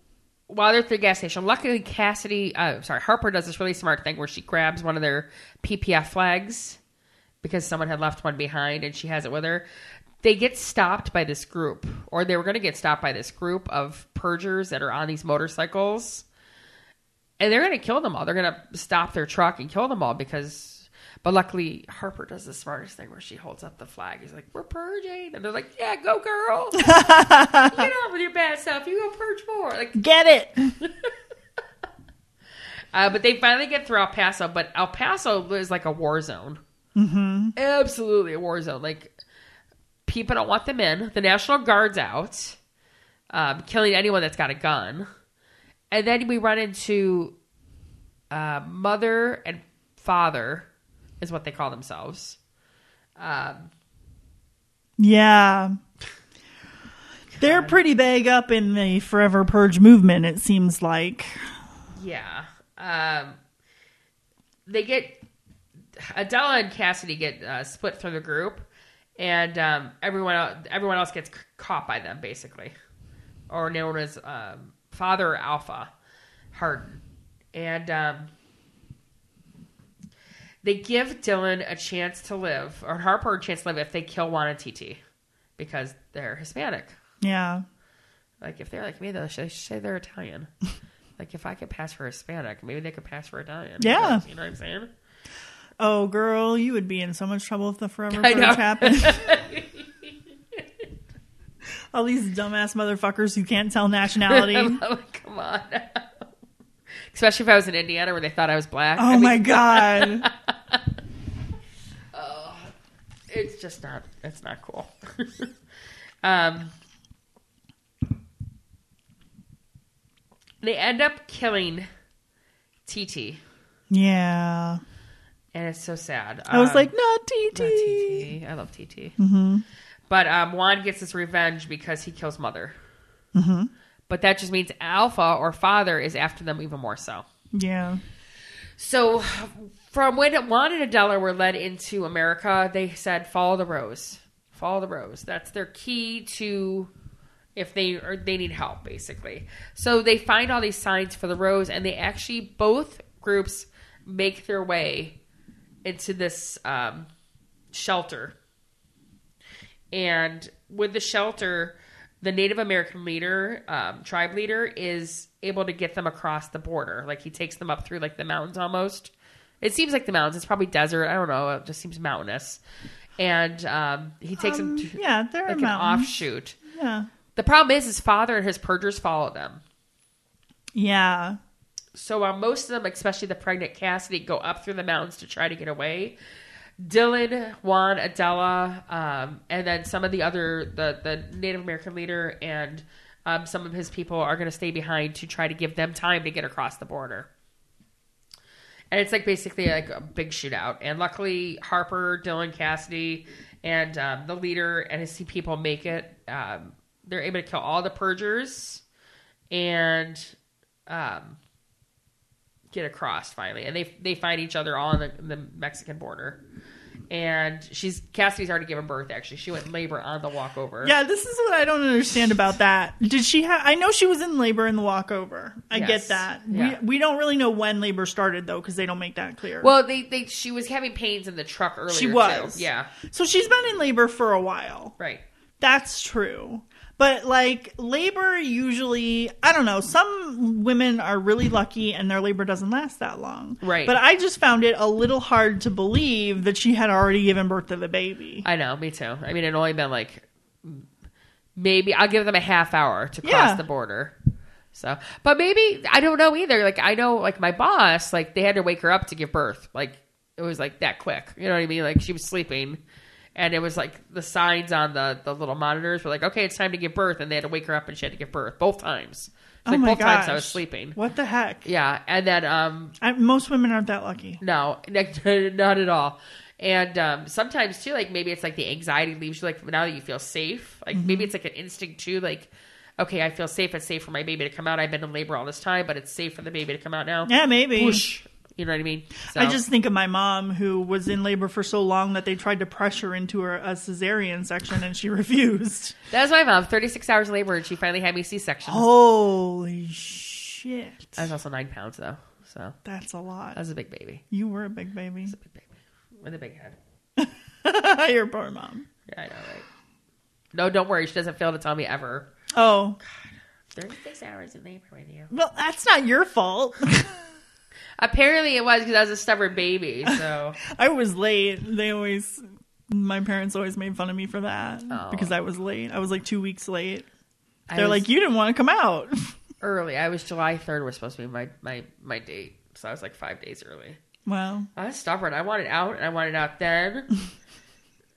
Speaker 2: while they're at the gas station, luckily Cassidy, uh, sorry, Harper does this really smart thing where she grabs one of their PPF flags because someone had left one behind and she has it with her. They get stopped by this group, or they were going to get stopped by this group of purgers that are on these motorcycles. And they're going to kill them all. They're going to stop their truck and kill them all because. But luckily, Harper does the smartest thing where she holds up the flag. He's like, We're purging. And they're like, Yeah, go, girl. Get on with your bad self. You go purge more. Like,
Speaker 1: Get it.
Speaker 2: uh, but they finally get through El Paso. But El Paso is like a war zone. Mm-hmm. Absolutely a war zone. Like people don't want them in. The National Guard's out, um, killing anyone that's got a gun. And then we run into uh, mother and father, is what they call themselves. Um,
Speaker 1: Yeah. They're pretty big up in the forever purge movement. It seems like.
Speaker 2: Yeah. Um, they get Adela and Cassidy get uh, split from the group, and um, everyone el- everyone else gets c- caught by them basically, or known as um, Father Alpha Harden, and um, they give Dylan a chance to live, or Harper a chance to live if they kill Juan and TT because they're Hispanic.
Speaker 1: Yeah.
Speaker 2: Like if they're like me, they should say they're Italian.
Speaker 1: [LAUGHS]
Speaker 2: like if I could pass for Hispanic, maybe they could pass for Italian.
Speaker 1: Yeah.
Speaker 2: you know what I'm saying?
Speaker 1: Oh, girl, you would be in so much trouble if the Forever
Speaker 2: [LAUGHS] I
Speaker 1: Purge
Speaker 2: know.
Speaker 1: happened. [LAUGHS] All these dumbass motherfuckers who can't tell
Speaker 2: [LAUGHS]
Speaker 1: nationality.
Speaker 2: Like, Come on. Especially if I was in Indiana where they thought I was black.
Speaker 1: Oh
Speaker 2: I mean, [LAUGHS]
Speaker 1: my god.
Speaker 2: it's just not. It's not cool. [LAUGHS] um, they end up killing TT,
Speaker 1: Yeah.
Speaker 2: and it's so sad.
Speaker 1: I was
Speaker 2: Um,
Speaker 1: like, not TT.
Speaker 2: Not TT. I love TT. Mm-hmm. But um, Juan gets his revenge because he kills Mother. Mm-hmm.
Speaker 1: hmm
Speaker 2: But that just means Alpha or Father is after them even more so.
Speaker 1: Yeah.
Speaker 2: So, from when Juan and Adela were led into America, they said, "Follow the rose, follow the rose." That's their key to if they or they need help, basically. So they find all these signs for the rose, and they actually both groups make their way into this um, shelter. And with the shelter, the Native American leader, um, tribe leader, is able to get them across the border. Like he takes them up through like the mountains almost. It seems like the mountains. It's probably desert. I don't know. It just seems mountainous. And um, he takes
Speaker 1: Um,
Speaker 2: them to
Speaker 1: yeah, they're
Speaker 2: like
Speaker 1: a
Speaker 2: an
Speaker 1: mountain.
Speaker 2: offshoot.
Speaker 1: Yeah.
Speaker 2: The problem is his father and his purgers follow them.
Speaker 1: Yeah.
Speaker 2: So while most of them, especially the pregnant Cassidy, go up through the mountains to try to get away, Dylan, Juan, Adela, um, and then some of the other the the Native American leader and um, some of his people are going to stay behind to try to give them time to get across the border. And it's like basically like a big shootout. And luckily, Harper, Dylan, Cassidy, and um, the leader and his people make it. Um, they're able to kill all the purgers and um, get across finally. And they they find each other all on the, the Mexican border. And she's Cassidy's already given birth. Actually, she went in labor on the walkover.
Speaker 1: Yeah, this is what I don't understand about that. Did she have? I know she was in labor in the walkover. I
Speaker 2: Yes.
Speaker 1: get that.
Speaker 2: Yeah.
Speaker 1: We we don't really know when labor started though, because they don't make that clear.
Speaker 2: Well, they, they she was having pains in the truck earlier.
Speaker 1: She
Speaker 2: too.
Speaker 1: was.
Speaker 2: Yeah.
Speaker 1: so she's been in labor for a while.
Speaker 2: Right.
Speaker 1: That's true. But like labor usually, I don't know, some women are really lucky and their labor doesn't last that long.
Speaker 2: Right.
Speaker 1: But I just found it a little hard to believe that she had already given birth to the baby.
Speaker 2: I know. Me too. I mean, it only been like maybe I'll give them a half hour to cross
Speaker 1: Yeah.
Speaker 2: the border. So, but maybe I don't know either. Like I know, like my boss, like they had to wake her up to give birth. Like it was like that quick. You know what I mean? Like she was sleeping, and it was like the signs on the the little monitors were like, "Okay, it's time to give birth," and they had to wake her up, and she had to give birth both times. It's
Speaker 1: oh
Speaker 2: like
Speaker 1: my
Speaker 2: both
Speaker 1: gosh.
Speaker 2: times I was sleeping.
Speaker 1: What the heck?
Speaker 2: Yeah, and then um,
Speaker 1: I, most women aren't that lucky.
Speaker 2: No, [LAUGHS] not at all. And um, sometimes too, like maybe it's like the anxiety leaves you. Like now that you feel safe,
Speaker 1: Mm-hmm.
Speaker 2: like maybe it's like an instinct too. Like, okay, I feel safe. It's safe for my baby to come out. I've been in labor all this time, but it's safe for the baby to come out now.
Speaker 1: Yeah, maybe.
Speaker 2: Whoosh. You know what I mean? So,
Speaker 1: I just think of my mom who was in labor for so long that they tried to pressure into her a cesarean section and she [LAUGHS]
Speaker 2: [LAUGHS]
Speaker 1: refused.
Speaker 2: that was my mom. Thirty six hours of labor, and she finally had me C section.
Speaker 1: Oh. Holy shit.
Speaker 2: I was also nine pounds though, so
Speaker 1: That's a
Speaker 2: I
Speaker 1: lot.
Speaker 2: was a big baby,
Speaker 1: You were a big baby.
Speaker 2: big baby with a big
Speaker 1: [LAUGHS]
Speaker 2: head.
Speaker 1: Your poor mom.
Speaker 2: Yeah, I know, right? No, don't worry. She doesn't fail to tell me ever.
Speaker 1: Oh,
Speaker 2: Thirty six hours in labor with you.
Speaker 1: well, that's not your
Speaker 2: [LAUGHS]
Speaker 1: fault.
Speaker 2: Apparently, it was because I was a
Speaker 1: [LAUGHS]
Speaker 2: stubborn baby. So
Speaker 1: I was late. They always, my parents always made fun of me for that
Speaker 2: Oh.
Speaker 1: because I was late. I was like two weeks late.
Speaker 2: I
Speaker 1: They're
Speaker 2: was
Speaker 1: like, you didn't want to come out. [LAUGHS]
Speaker 2: early. I was July third was supposed to be my my my date, so I was like five days early.
Speaker 1: well,
Speaker 2: I was stubborn. I wanted out, and I wanted
Speaker 1: [LAUGHS]
Speaker 2: out then.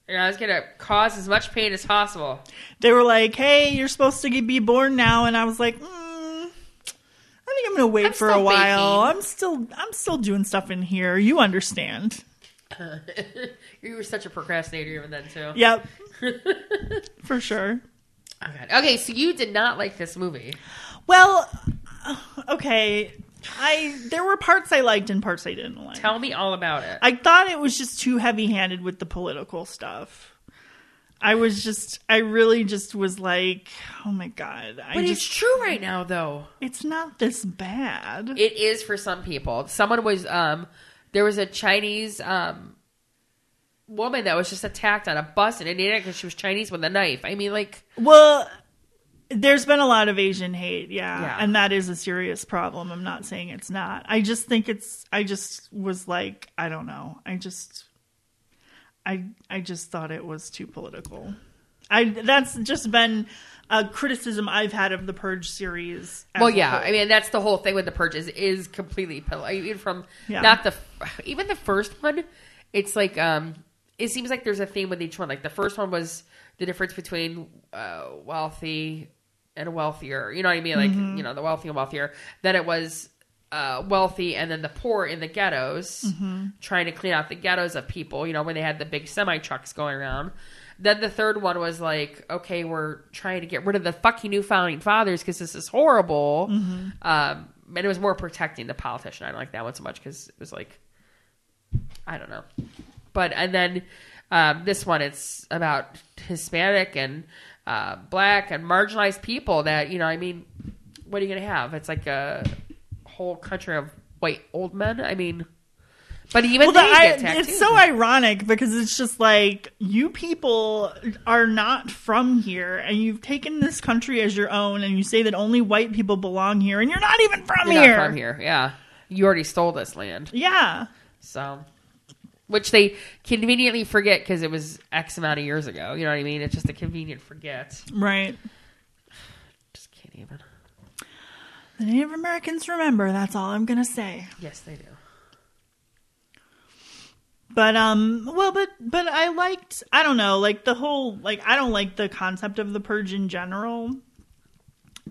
Speaker 2: and I was gonna cause as much pain as possible. [LAUGHS]
Speaker 1: they were like, hey, you're supposed to be born now, and I was like, mm, I think I'm gonna wait
Speaker 2: I'm
Speaker 1: for a
Speaker 2: still
Speaker 1: while.
Speaker 2: baking.
Speaker 1: I'm still, I'm still doing stuff in here. You understand?
Speaker 2: you were such a procrastinator even then too.
Speaker 1: Yep, for sure.
Speaker 2: Oh, God. [LAUGHS] Okay, so you did not like this movie.
Speaker 1: Well, [SIGHS] okay. I there were parts I liked and parts I didn't like.
Speaker 2: Tell me all about it.
Speaker 1: I thought it was just too heavy handed with the political stuff. I was just, I really just was like, oh my God. I
Speaker 2: but
Speaker 1: just,
Speaker 2: it's true right now, though.
Speaker 1: it's not this bad.
Speaker 2: It is for some people. Someone was um there was a Chinese um woman that was just attacked on a bus in Indiana because she was Chinese with a knife. I mean, like
Speaker 1: well, there's been a lot of Asian hate, yeah,
Speaker 2: Yeah.
Speaker 1: And that is a serious problem. I'm not saying it's not. I just think it's, I just was like, I don't know. I just, I, I just thought it was too political. I, that's just been a criticism I've had of the Purge series. as
Speaker 2: well,
Speaker 1: a
Speaker 2: yeah.
Speaker 1: whole.
Speaker 2: I mean, that's the whole thing with the purges is completely pill- I- even from
Speaker 1: Yeah.
Speaker 2: not the even the first one. It's like um it seems like there's a theme with each one. Like the first one was the difference between uh, wealthy and wealthier. You know what I mean? Like
Speaker 1: Mm-hmm.
Speaker 2: you know the wealthy and wealthier. Then it was. Uh, wealthy and then the poor in the ghettos
Speaker 1: Mm-hmm.
Speaker 2: trying to clean out the ghettos of people you know when they had the big semi trucks going around then the third one was like, okay, we're trying to get rid of the fucking new founding fathers because this is horrible.
Speaker 1: Mm-hmm.
Speaker 2: Um, and it was more protecting the politician. I don't like that one so much because it was like, I don't know. But and then um, this one, it's about Hispanic and uh, black and marginalized people that you know. I mean, what are you gonna have? It's like a whole country of white old men. I mean, but even
Speaker 1: well, the,
Speaker 2: they get
Speaker 1: I,
Speaker 2: tattoos.
Speaker 1: it's so ironic because it's just like you people are not from here, and you've taken this country as your own, and you say that only white people belong here, and you're not even from
Speaker 2: You're not
Speaker 1: here.
Speaker 2: from here. Yeah, you already stole this land.
Speaker 1: Yeah,
Speaker 2: So, which they conveniently forget because it was X amount of years ago. You know what I mean? It's just a convenient forget.
Speaker 1: right.
Speaker 2: Just can't even.
Speaker 1: The Native Americans remember. That's all I'm gonna say.
Speaker 2: Yes, they do.
Speaker 1: But um, well, but but I liked. I don't know, like the whole like I don't like the concept of the purge in general.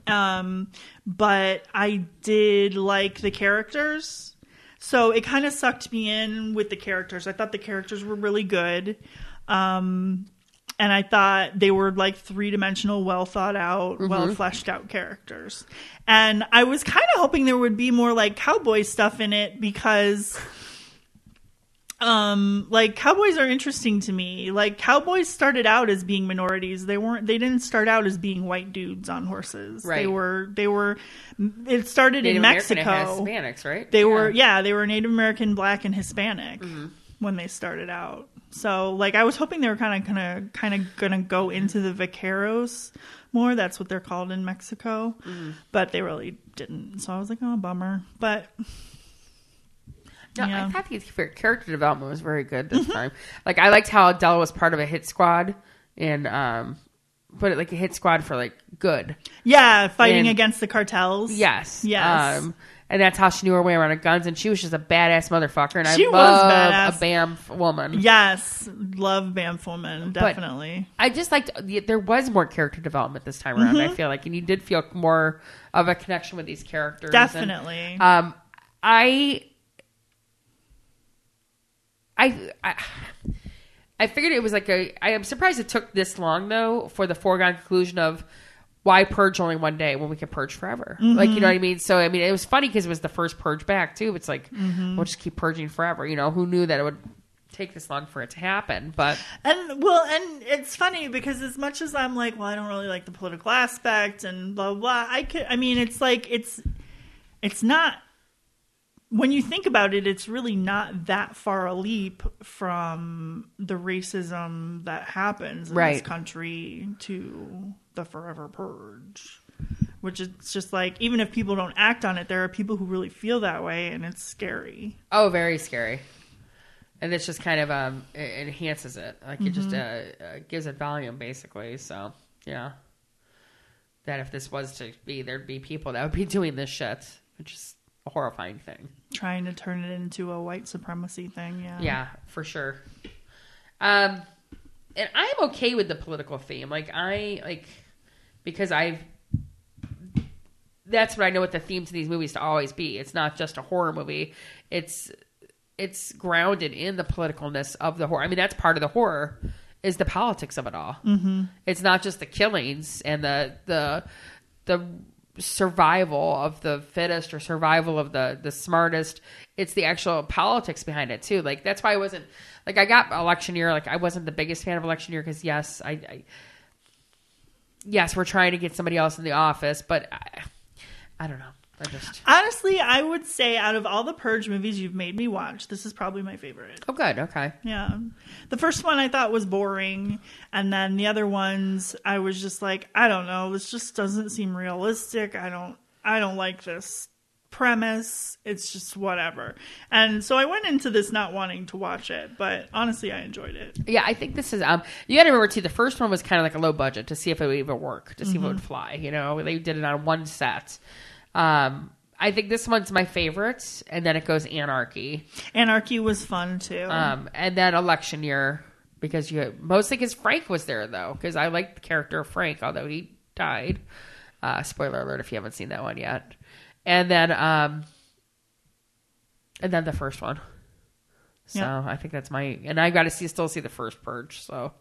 Speaker 1: Um, but I did like the characters. So it kind of sucked me in with the characters. I thought the characters were really good. Um, and I thought they were like three dimensional, well thought out,
Speaker 2: Mm-hmm.
Speaker 1: well fleshed out characters. And I was kind of hoping there would be more like cowboy stuff in it because um like cowboys are interesting to me like cowboys started out as being minorities they weren't they didn't start out as being white dudes on horses they
Speaker 2: Right.
Speaker 1: were they were it started in
Speaker 2: Native American, it
Speaker 1: mexico
Speaker 2: has Hispanics, right?
Speaker 1: they were yeah they were native american black and hispanic when they started out so like i was hoping they were kind of gonna kind of gonna go into the vaqueros more that's what they're called in mexico but they really didn't so i was like oh bummer but
Speaker 2: No,
Speaker 1: Yeah.
Speaker 2: I thought the the character development was very good this time. Like I liked how Adele was part of a hit squad and um but like a hit squad for like good.
Speaker 1: yeah fighting
Speaker 2: And-
Speaker 1: against the cartels
Speaker 2: Yes. Um,
Speaker 1: Yes.
Speaker 2: and that's how she knew her way around her guns and she was just a badass motherfucker and
Speaker 1: She
Speaker 2: I
Speaker 1: was
Speaker 2: love
Speaker 1: badass.
Speaker 2: a BAM f- woman.
Speaker 1: Yes, love Banff woman, definitely.
Speaker 2: I just liked y- there was more character development this time around. I feel like, and you did feel more of a connection with these characters. and-
Speaker 1: Definitely.
Speaker 2: um, I, I, I, I figured it was like a. I am surprised it took this long though for the foregone conclusion of why purge only one day when we can purge forever. Like you know what I mean. So I mean it was funny because it was the first purge back too. It's like we'll just keep purging forever. You know who knew that it would take this long for it to happen? But
Speaker 1: and well, and it's funny because as much as I'm like, well, I don't really like the political aspect and blah blah. I could, I mean, it's like it's, it's not. When you think about it, it's really not that far a leap from the racism that happens in this
Speaker 2: Right.
Speaker 1: country to the forever purge. Which it's just like even if people don't act on it, there are people who really feel that way, and it's scary.
Speaker 2: Oh, very scary. And this just kind of um, e- enhances it. Like it just uh, uh, gives it volume, basically. So yeah, that if this was to be, there'd be people that would be [LAUGHS] doing this shit, which is a horrifying thing.
Speaker 1: trying to turn it into a white supremacy thing. Yeah.
Speaker 2: Yeah, for sure. Um, and I'm okay with the political theme. Like I like because I've that's what I know what the themes of these movies to always be. It's not just a horror movie. It's it's grounded in the politicalness of the horror. I mean, that's part of the horror is the politics of it all. Mm-hmm. It's not just the killings and the the the survival of the fittest or survival of the the smartest. It's the actual politics behind it too. Like that's why I wasn't like I got election year. Like I wasn't the biggest fan of election year because yes, I, I yes we're trying to get somebody else in the office, but I, I don't know. I just
Speaker 1: Honestly, I would say out of all the Purge movies you've made me watch, this is probably my favorite.
Speaker 2: oh good okay
Speaker 1: Yeah. The first one I thought was boring, and then the other ones I was just like, I don't know, this just doesn't seem realistic. I don't I don't like this premise. It's just whatever. And so I went into this not wanting to watch it, but honestly I enjoyed it.
Speaker 2: Yeah, I think this is. Um, you got to remember too. The first one was kind of like a low budget to see if it would even work, to see if it would fly. You know, they did it on one set. Um, I think this one's my favorite, and then it goes Anarchy,
Speaker 1: Anarchy was fun too.
Speaker 2: um, and then Election Year because you mostly because Frank was there though because I liked the character of Frank, although he died. Uh, spoiler alert if you haven't seen that one yet, and then um, and then the first one. So
Speaker 1: Yeah.
Speaker 2: I think that's my and I got to see still see the first purge. So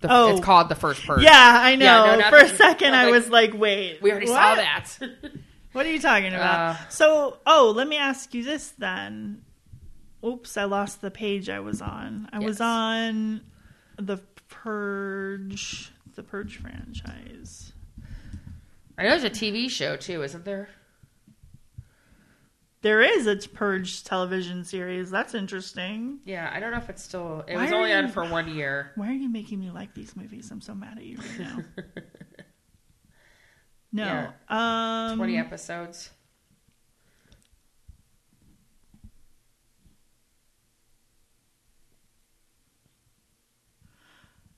Speaker 2: the,
Speaker 1: Oh.
Speaker 2: it's called the first purge.
Speaker 1: yeah, I know.
Speaker 2: no, not
Speaker 1: For a
Speaker 2: that-
Speaker 1: second,
Speaker 2: not
Speaker 1: I
Speaker 2: like-
Speaker 1: was like, "Wait,
Speaker 2: we already saw
Speaker 1: what?
Speaker 2: that.
Speaker 1: [LAUGHS] What are you talking about?
Speaker 2: Uh,
Speaker 1: so, oh, let me ask you this then. Oops, I lost the page I was on. I was
Speaker 2: Yes.
Speaker 1: on the Purge, the Purge franchise.
Speaker 2: I know there's a TV show too, isn't there?
Speaker 1: There is a Purge television series. That's interesting.
Speaker 2: Yeah, I don't know if it's still. It
Speaker 1: Why
Speaker 2: was
Speaker 1: are
Speaker 2: only
Speaker 1: you-
Speaker 2: on for one year.
Speaker 1: Why are you making me like these movies? I'm so mad at you right
Speaker 2: [LAUGHS]
Speaker 1: now. No. Um,
Speaker 2: Twenty episodes.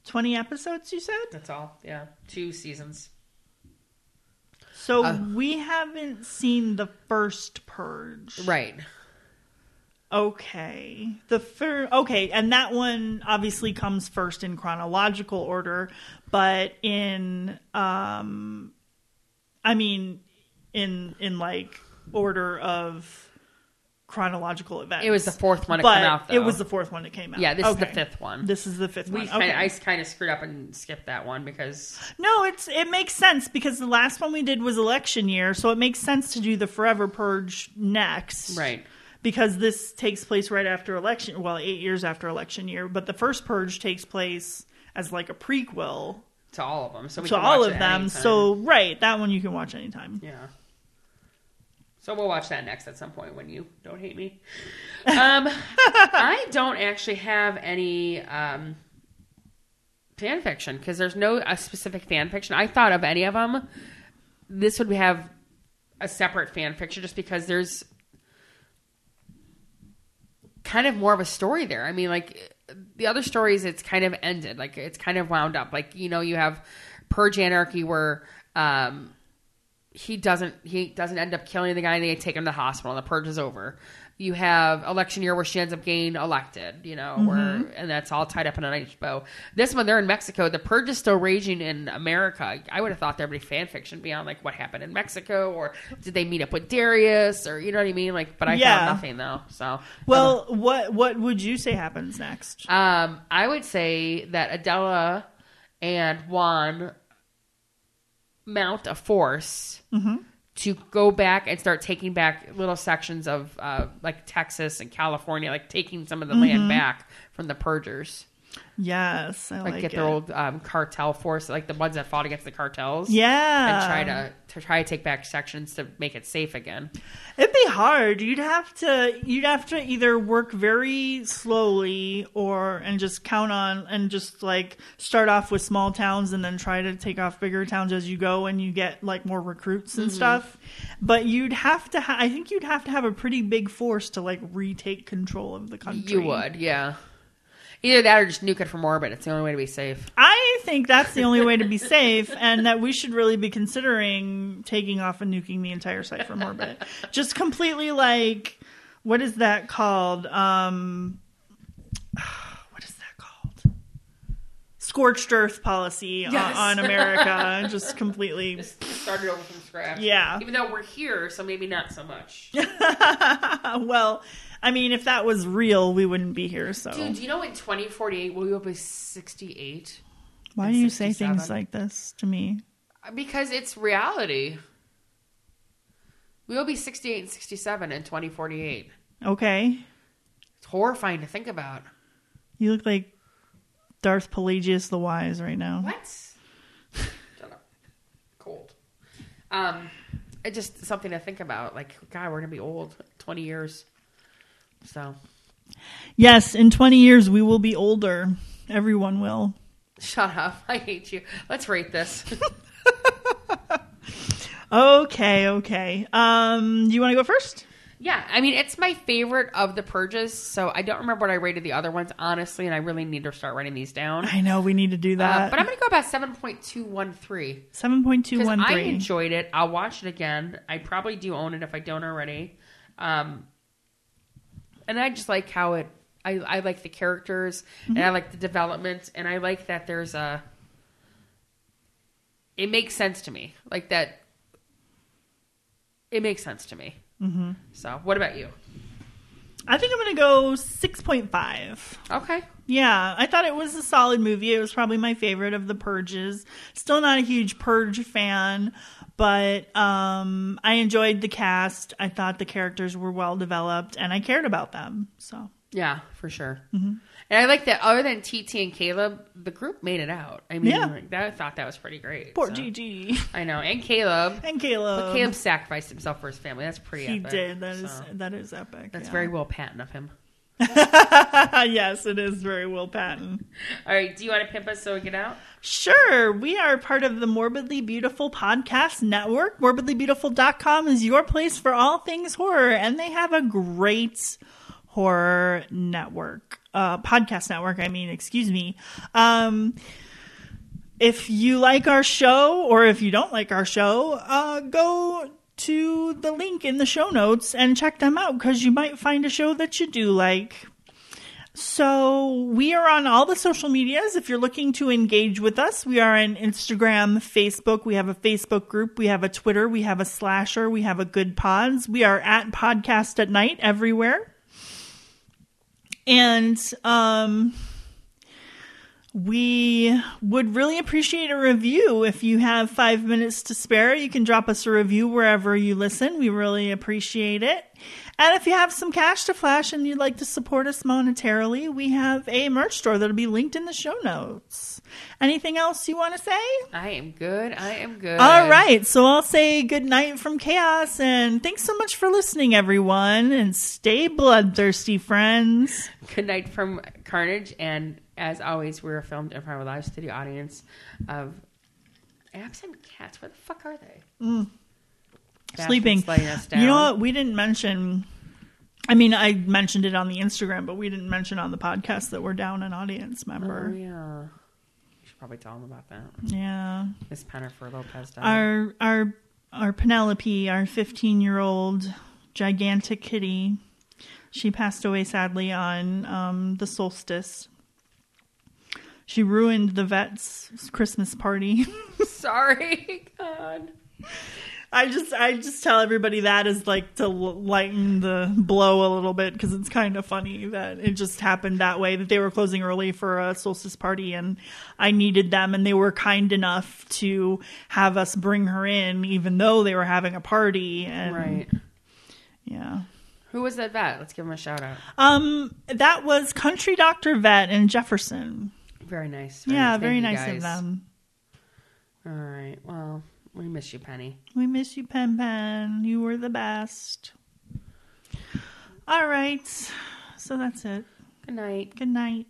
Speaker 1: twenty episodes, you said?
Speaker 2: That's all. Yeah, two seasons.
Speaker 1: So we haven't seen the first purge.
Speaker 2: Right.
Speaker 1: Okay. The first okay, and that one obviously comes first in chronological order, but in um I mean in in like order of chronological events.
Speaker 2: It was the fourth one to
Speaker 1: but
Speaker 2: come out, though.
Speaker 1: It was the fourth one that came out.
Speaker 2: Yeah, this is the
Speaker 1: Okay.
Speaker 2: fifth one.
Speaker 1: This is the fifth
Speaker 2: we
Speaker 1: one.
Speaker 2: kinda,
Speaker 1: Okay.
Speaker 2: I kind of screwed up and skipped that one because
Speaker 1: No, it's it makes sense because the last one we did was election year, so it makes sense to do the forever purge next.
Speaker 2: right.
Speaker 1: Because this takes place right after election, well, 8 years after election year, but the first purge takes place as like a prequel
Speaker 2: to all of them. So we
Speaker 1: to
Speaker 2: can
Speaker 1: all
Speaker 2: watch
Speaker 1: of
Speaker 2: it
Speaker 1: them.
Speaker 2: anytime.
Speaker 1: So, right, that one you can watch anytime.
Speaker 2: yeah. So we'll watch that next at some point when you don't hate me.
Speaker 1: [LAUGHS]
Speaker 2: Um, I don't actually have any um, fan fiction because there's no a specific fan fiction. I thought of any of them. This would have a separate fan fiction just because there's kind of more of a story there. I mean, like the other stories, it's kind of ended, like it's kind of wound up. Like you know, you have Purge Anarchy where um, he doesn't he doesn't end up killing the guy, and they take him to the hospital, and the purge is over. You have election year where she ends up getting elected, you know,
Speaker 1: Mm-hmm.
Speaker 2: where and that's all tied up in a nice bow. This one, they're in Mexico. The purge is still raging in America. I would have thought there'd be fan fiction beyond like what happened in Mexico, or did they meet up with Darius, or you know what I mean? Like, but I
Speaker 1: Yeah.
Speaker 2: found nothing though. So
Speaker 1: Well, what what would you say happens next?
Speaker 2: um, I would say that Adela and Juan mount a force
Speaker 1: Mm-hmm.
Speaker 2: to go back and start taking back little sections of uh, like Texas and California, like taking some of the land back from the purgers,
Speaker 1: Yes, Mm-hmm. I like,
Speaker 2: like, get
Speaker 1: it.
Speaker 2: their old um, cartel force, like the ones that fought against the cartels.
Speaker 1: yeah,
Speaker 2: And try to, to try to take back sections to make it safe again.
Speaker 1: It'd be hard. You'd have to you'd have to either work very slowly or and just count on and just like start off with small towns and then try to take off bigger towns as you go and you get like more recruits
Speaker 2: Mm-hmm.
Speaker 1: and stuff. But you'd have to ha- I think you'd have to have a pretty big force to like retake control of the country.
Speaker 2: You would, yeah. Either that or just nuke it from orbit. It's the only way to be safe.
Speaker 1: I think that's the only way to be safe, and that we should really be considering taking off and nuking the entire site from orbit. Just completely like, what is that called? Um, [SIGHS] what is that called? Scorched Earth policy on-
Speaker 2: Yes.
Speaker 1: on, America. Just completely. [LAUGHS]
Speaker 2: just started over from scratch.
Speaker 1: Yeah.
Speaker 2: Even though we're here, so maybe not so much.
Speaker 1: well, I mean, if that was real, we wouldn't be here. So
Speaker 2: Dude, do you know in 2048 will you be 68?
Speaker 1: why do you say things
Speaker 2: 67.
Speaker 1: like this to me?
Speaker 2: Because it's reality. We will be 68 and 67 in 2048.
Speaker 1: Okay,
Speaker 2: It's horrifying to think about.
Speaker 1: you look like Darth Pelagius the Wise right now.
Speaker 2: What? [LAUGHS] Shut up. Cold. Um, it's just something to think about. Like, God, we're gonna be old. 20 years. So, [LAUGHS]
Speaker 1: Yes, in 20 years we will be older. Everyone will.
Speaker 2: shut up. I hate you. Let's rate this. [LAUGHS]
Speaker 1: Okay, okay. Um, do you want to go first?
Speaker 2: Yeah, I mean it's my favorite of the purges, so I don't remember what I rated the other ones honestly, and I really need to start writing these down.
Speaker 1: I know we need to do
Speaker 2: Uh,
Speaker 1: that.
Speaker 2: but I'm gonna go about seven point two one three because I
Speaker 1: 7.213.
Speaker 2: enjoyed it. I'll watch it again. I probably do own it if I don't already. Um, and I just like how it. I, I like the characters and I like the development and I like that there's a. It makes sense to me, like that. It makes sense to me. Mm-hmm. So, what about you?
Speaker 1: I think I'm going to go 6.5.
Speaker 2: Okay.
Speaker 1: Yeah, I thought it was a solid movie. It was probably my favorite of the purges. Still not a huge purge fan, but um I enjoyed the cast. I thought the characters were well developed and I cared about them. So,
Speaker 2: Yeah, for sure.
Speaker 1: Mm-hmm.
Speaker 2: And I like that. Other than TT and Caleb, the group made it out. I mean,
Speaker 1: Yeah.
Speaker 2: like, that, I thought that was pretty great.
Speaker 1: poor
Speaker 2: so.
Speaker 1: Gigi
Speaker 2: I know, and Caleb.
Speaker 1: and Caleb.
Speaker 2: But Caleb sacrificed himself for his family. That's pretty.
Speaker 1: He
Speaker 2: epic,
Speaker 1: did. That is
Speaker 2: so.
Speaker 1: that is epic.
Speaker 2: That's
Speaker 1: yeah.
Speaker 2: very Will Patton of him.
Speaker 1: [LAUGHS] yes, it is very Will Patton.
Speaker 2: All right. Do you want to pimp us so we get out?
Speaker 1: Sure, we are part of the Morbidly Beautiful Podcast Network. Morbidlybeautiful.com is your place for all things horror, and they have a great horror network, uh, podcast network, I mean, excuse me. Um, if you like our show or if you don't like our show, uh, go to the link in the show notes and check them out because you might find a show that you do like. So we are on all the social medias. If you're looking to engage with us, we are on Instagram, Facebook. We have a Facebook group. We have a Twitter. We have a Slasher. We have a Good Pods. We are at Podcast at Night everywhere. And um, we would really appreciate a review. If you have five minutes to spare, you can drop us a review wherever you listen. We really appreciate it. And if you have some cash to flash and you'd like to support us monetarily, we have a merch store that'll be linked in the show notes. Anything else you want to say?
Speaker 2: I am good. I am good.
Speaker 1: All right. So I'll say good night from chaos and thanks so much for listening, everyone. And stay bloodthirsty, friends.
Speaker 2: Good night from Carnage. And as always, we're filmed in front of a live studio audience of absent cats. Where the fuck are they? Bathroom's
Speaker 1: Mm. sleeping.
Speaker 2: letting us
Speaker 1: You know
Speaker 2: down.
Speaker 1: what? We didn't mention. I mean, I mentioned it on the Instagram, but we didn't mention on the podcast that we're down an audience
Speaker 2: Oh,
Speaker 1: member.
Speaker 2: yeah. You should probably tell them about that.
Speaker 1: yeah.
Speaker 2: Miss Pennifer Lopez died.
Speaker 1: Our our our Penelope, our 15 year old gigantic kitty, she passed away sadly on um, the solstice. She ruined the vet's Christmas party. [LAUGHS]
Speaker 2: [LAUGHS] Sorry. God.
Speaker 1: I just I just tell everybody that is like to l- lighten the blow a little bit because it's kind of funny that it just happened that way that they were closing early for a solstice party and I needed them and they were kind enough to have us bring her in even though they were having a party and
Speaker 2: Right.
Speaker 1: yeah.
Speaker 2: Who was that vet? Let's give him a shout out.
Speaker 1: Um, that was Country Doctor Vet in Jefferson.
Speaker 2: Very nice.
Speaker 1: yeah,
Speaker 2: nice.
Speaker 1: very
Speaker 2: Thank you
Speaker 1: nice of
Speaker 2: guys.
Speaker 1: them.
Speaker 2: All right. Well, we miss you, Penny.
Speaker 1: We miss you, Pen Pen. You were the best. All right, so that's it.
Speaker 2: Good night.
Speaker 1: Good night.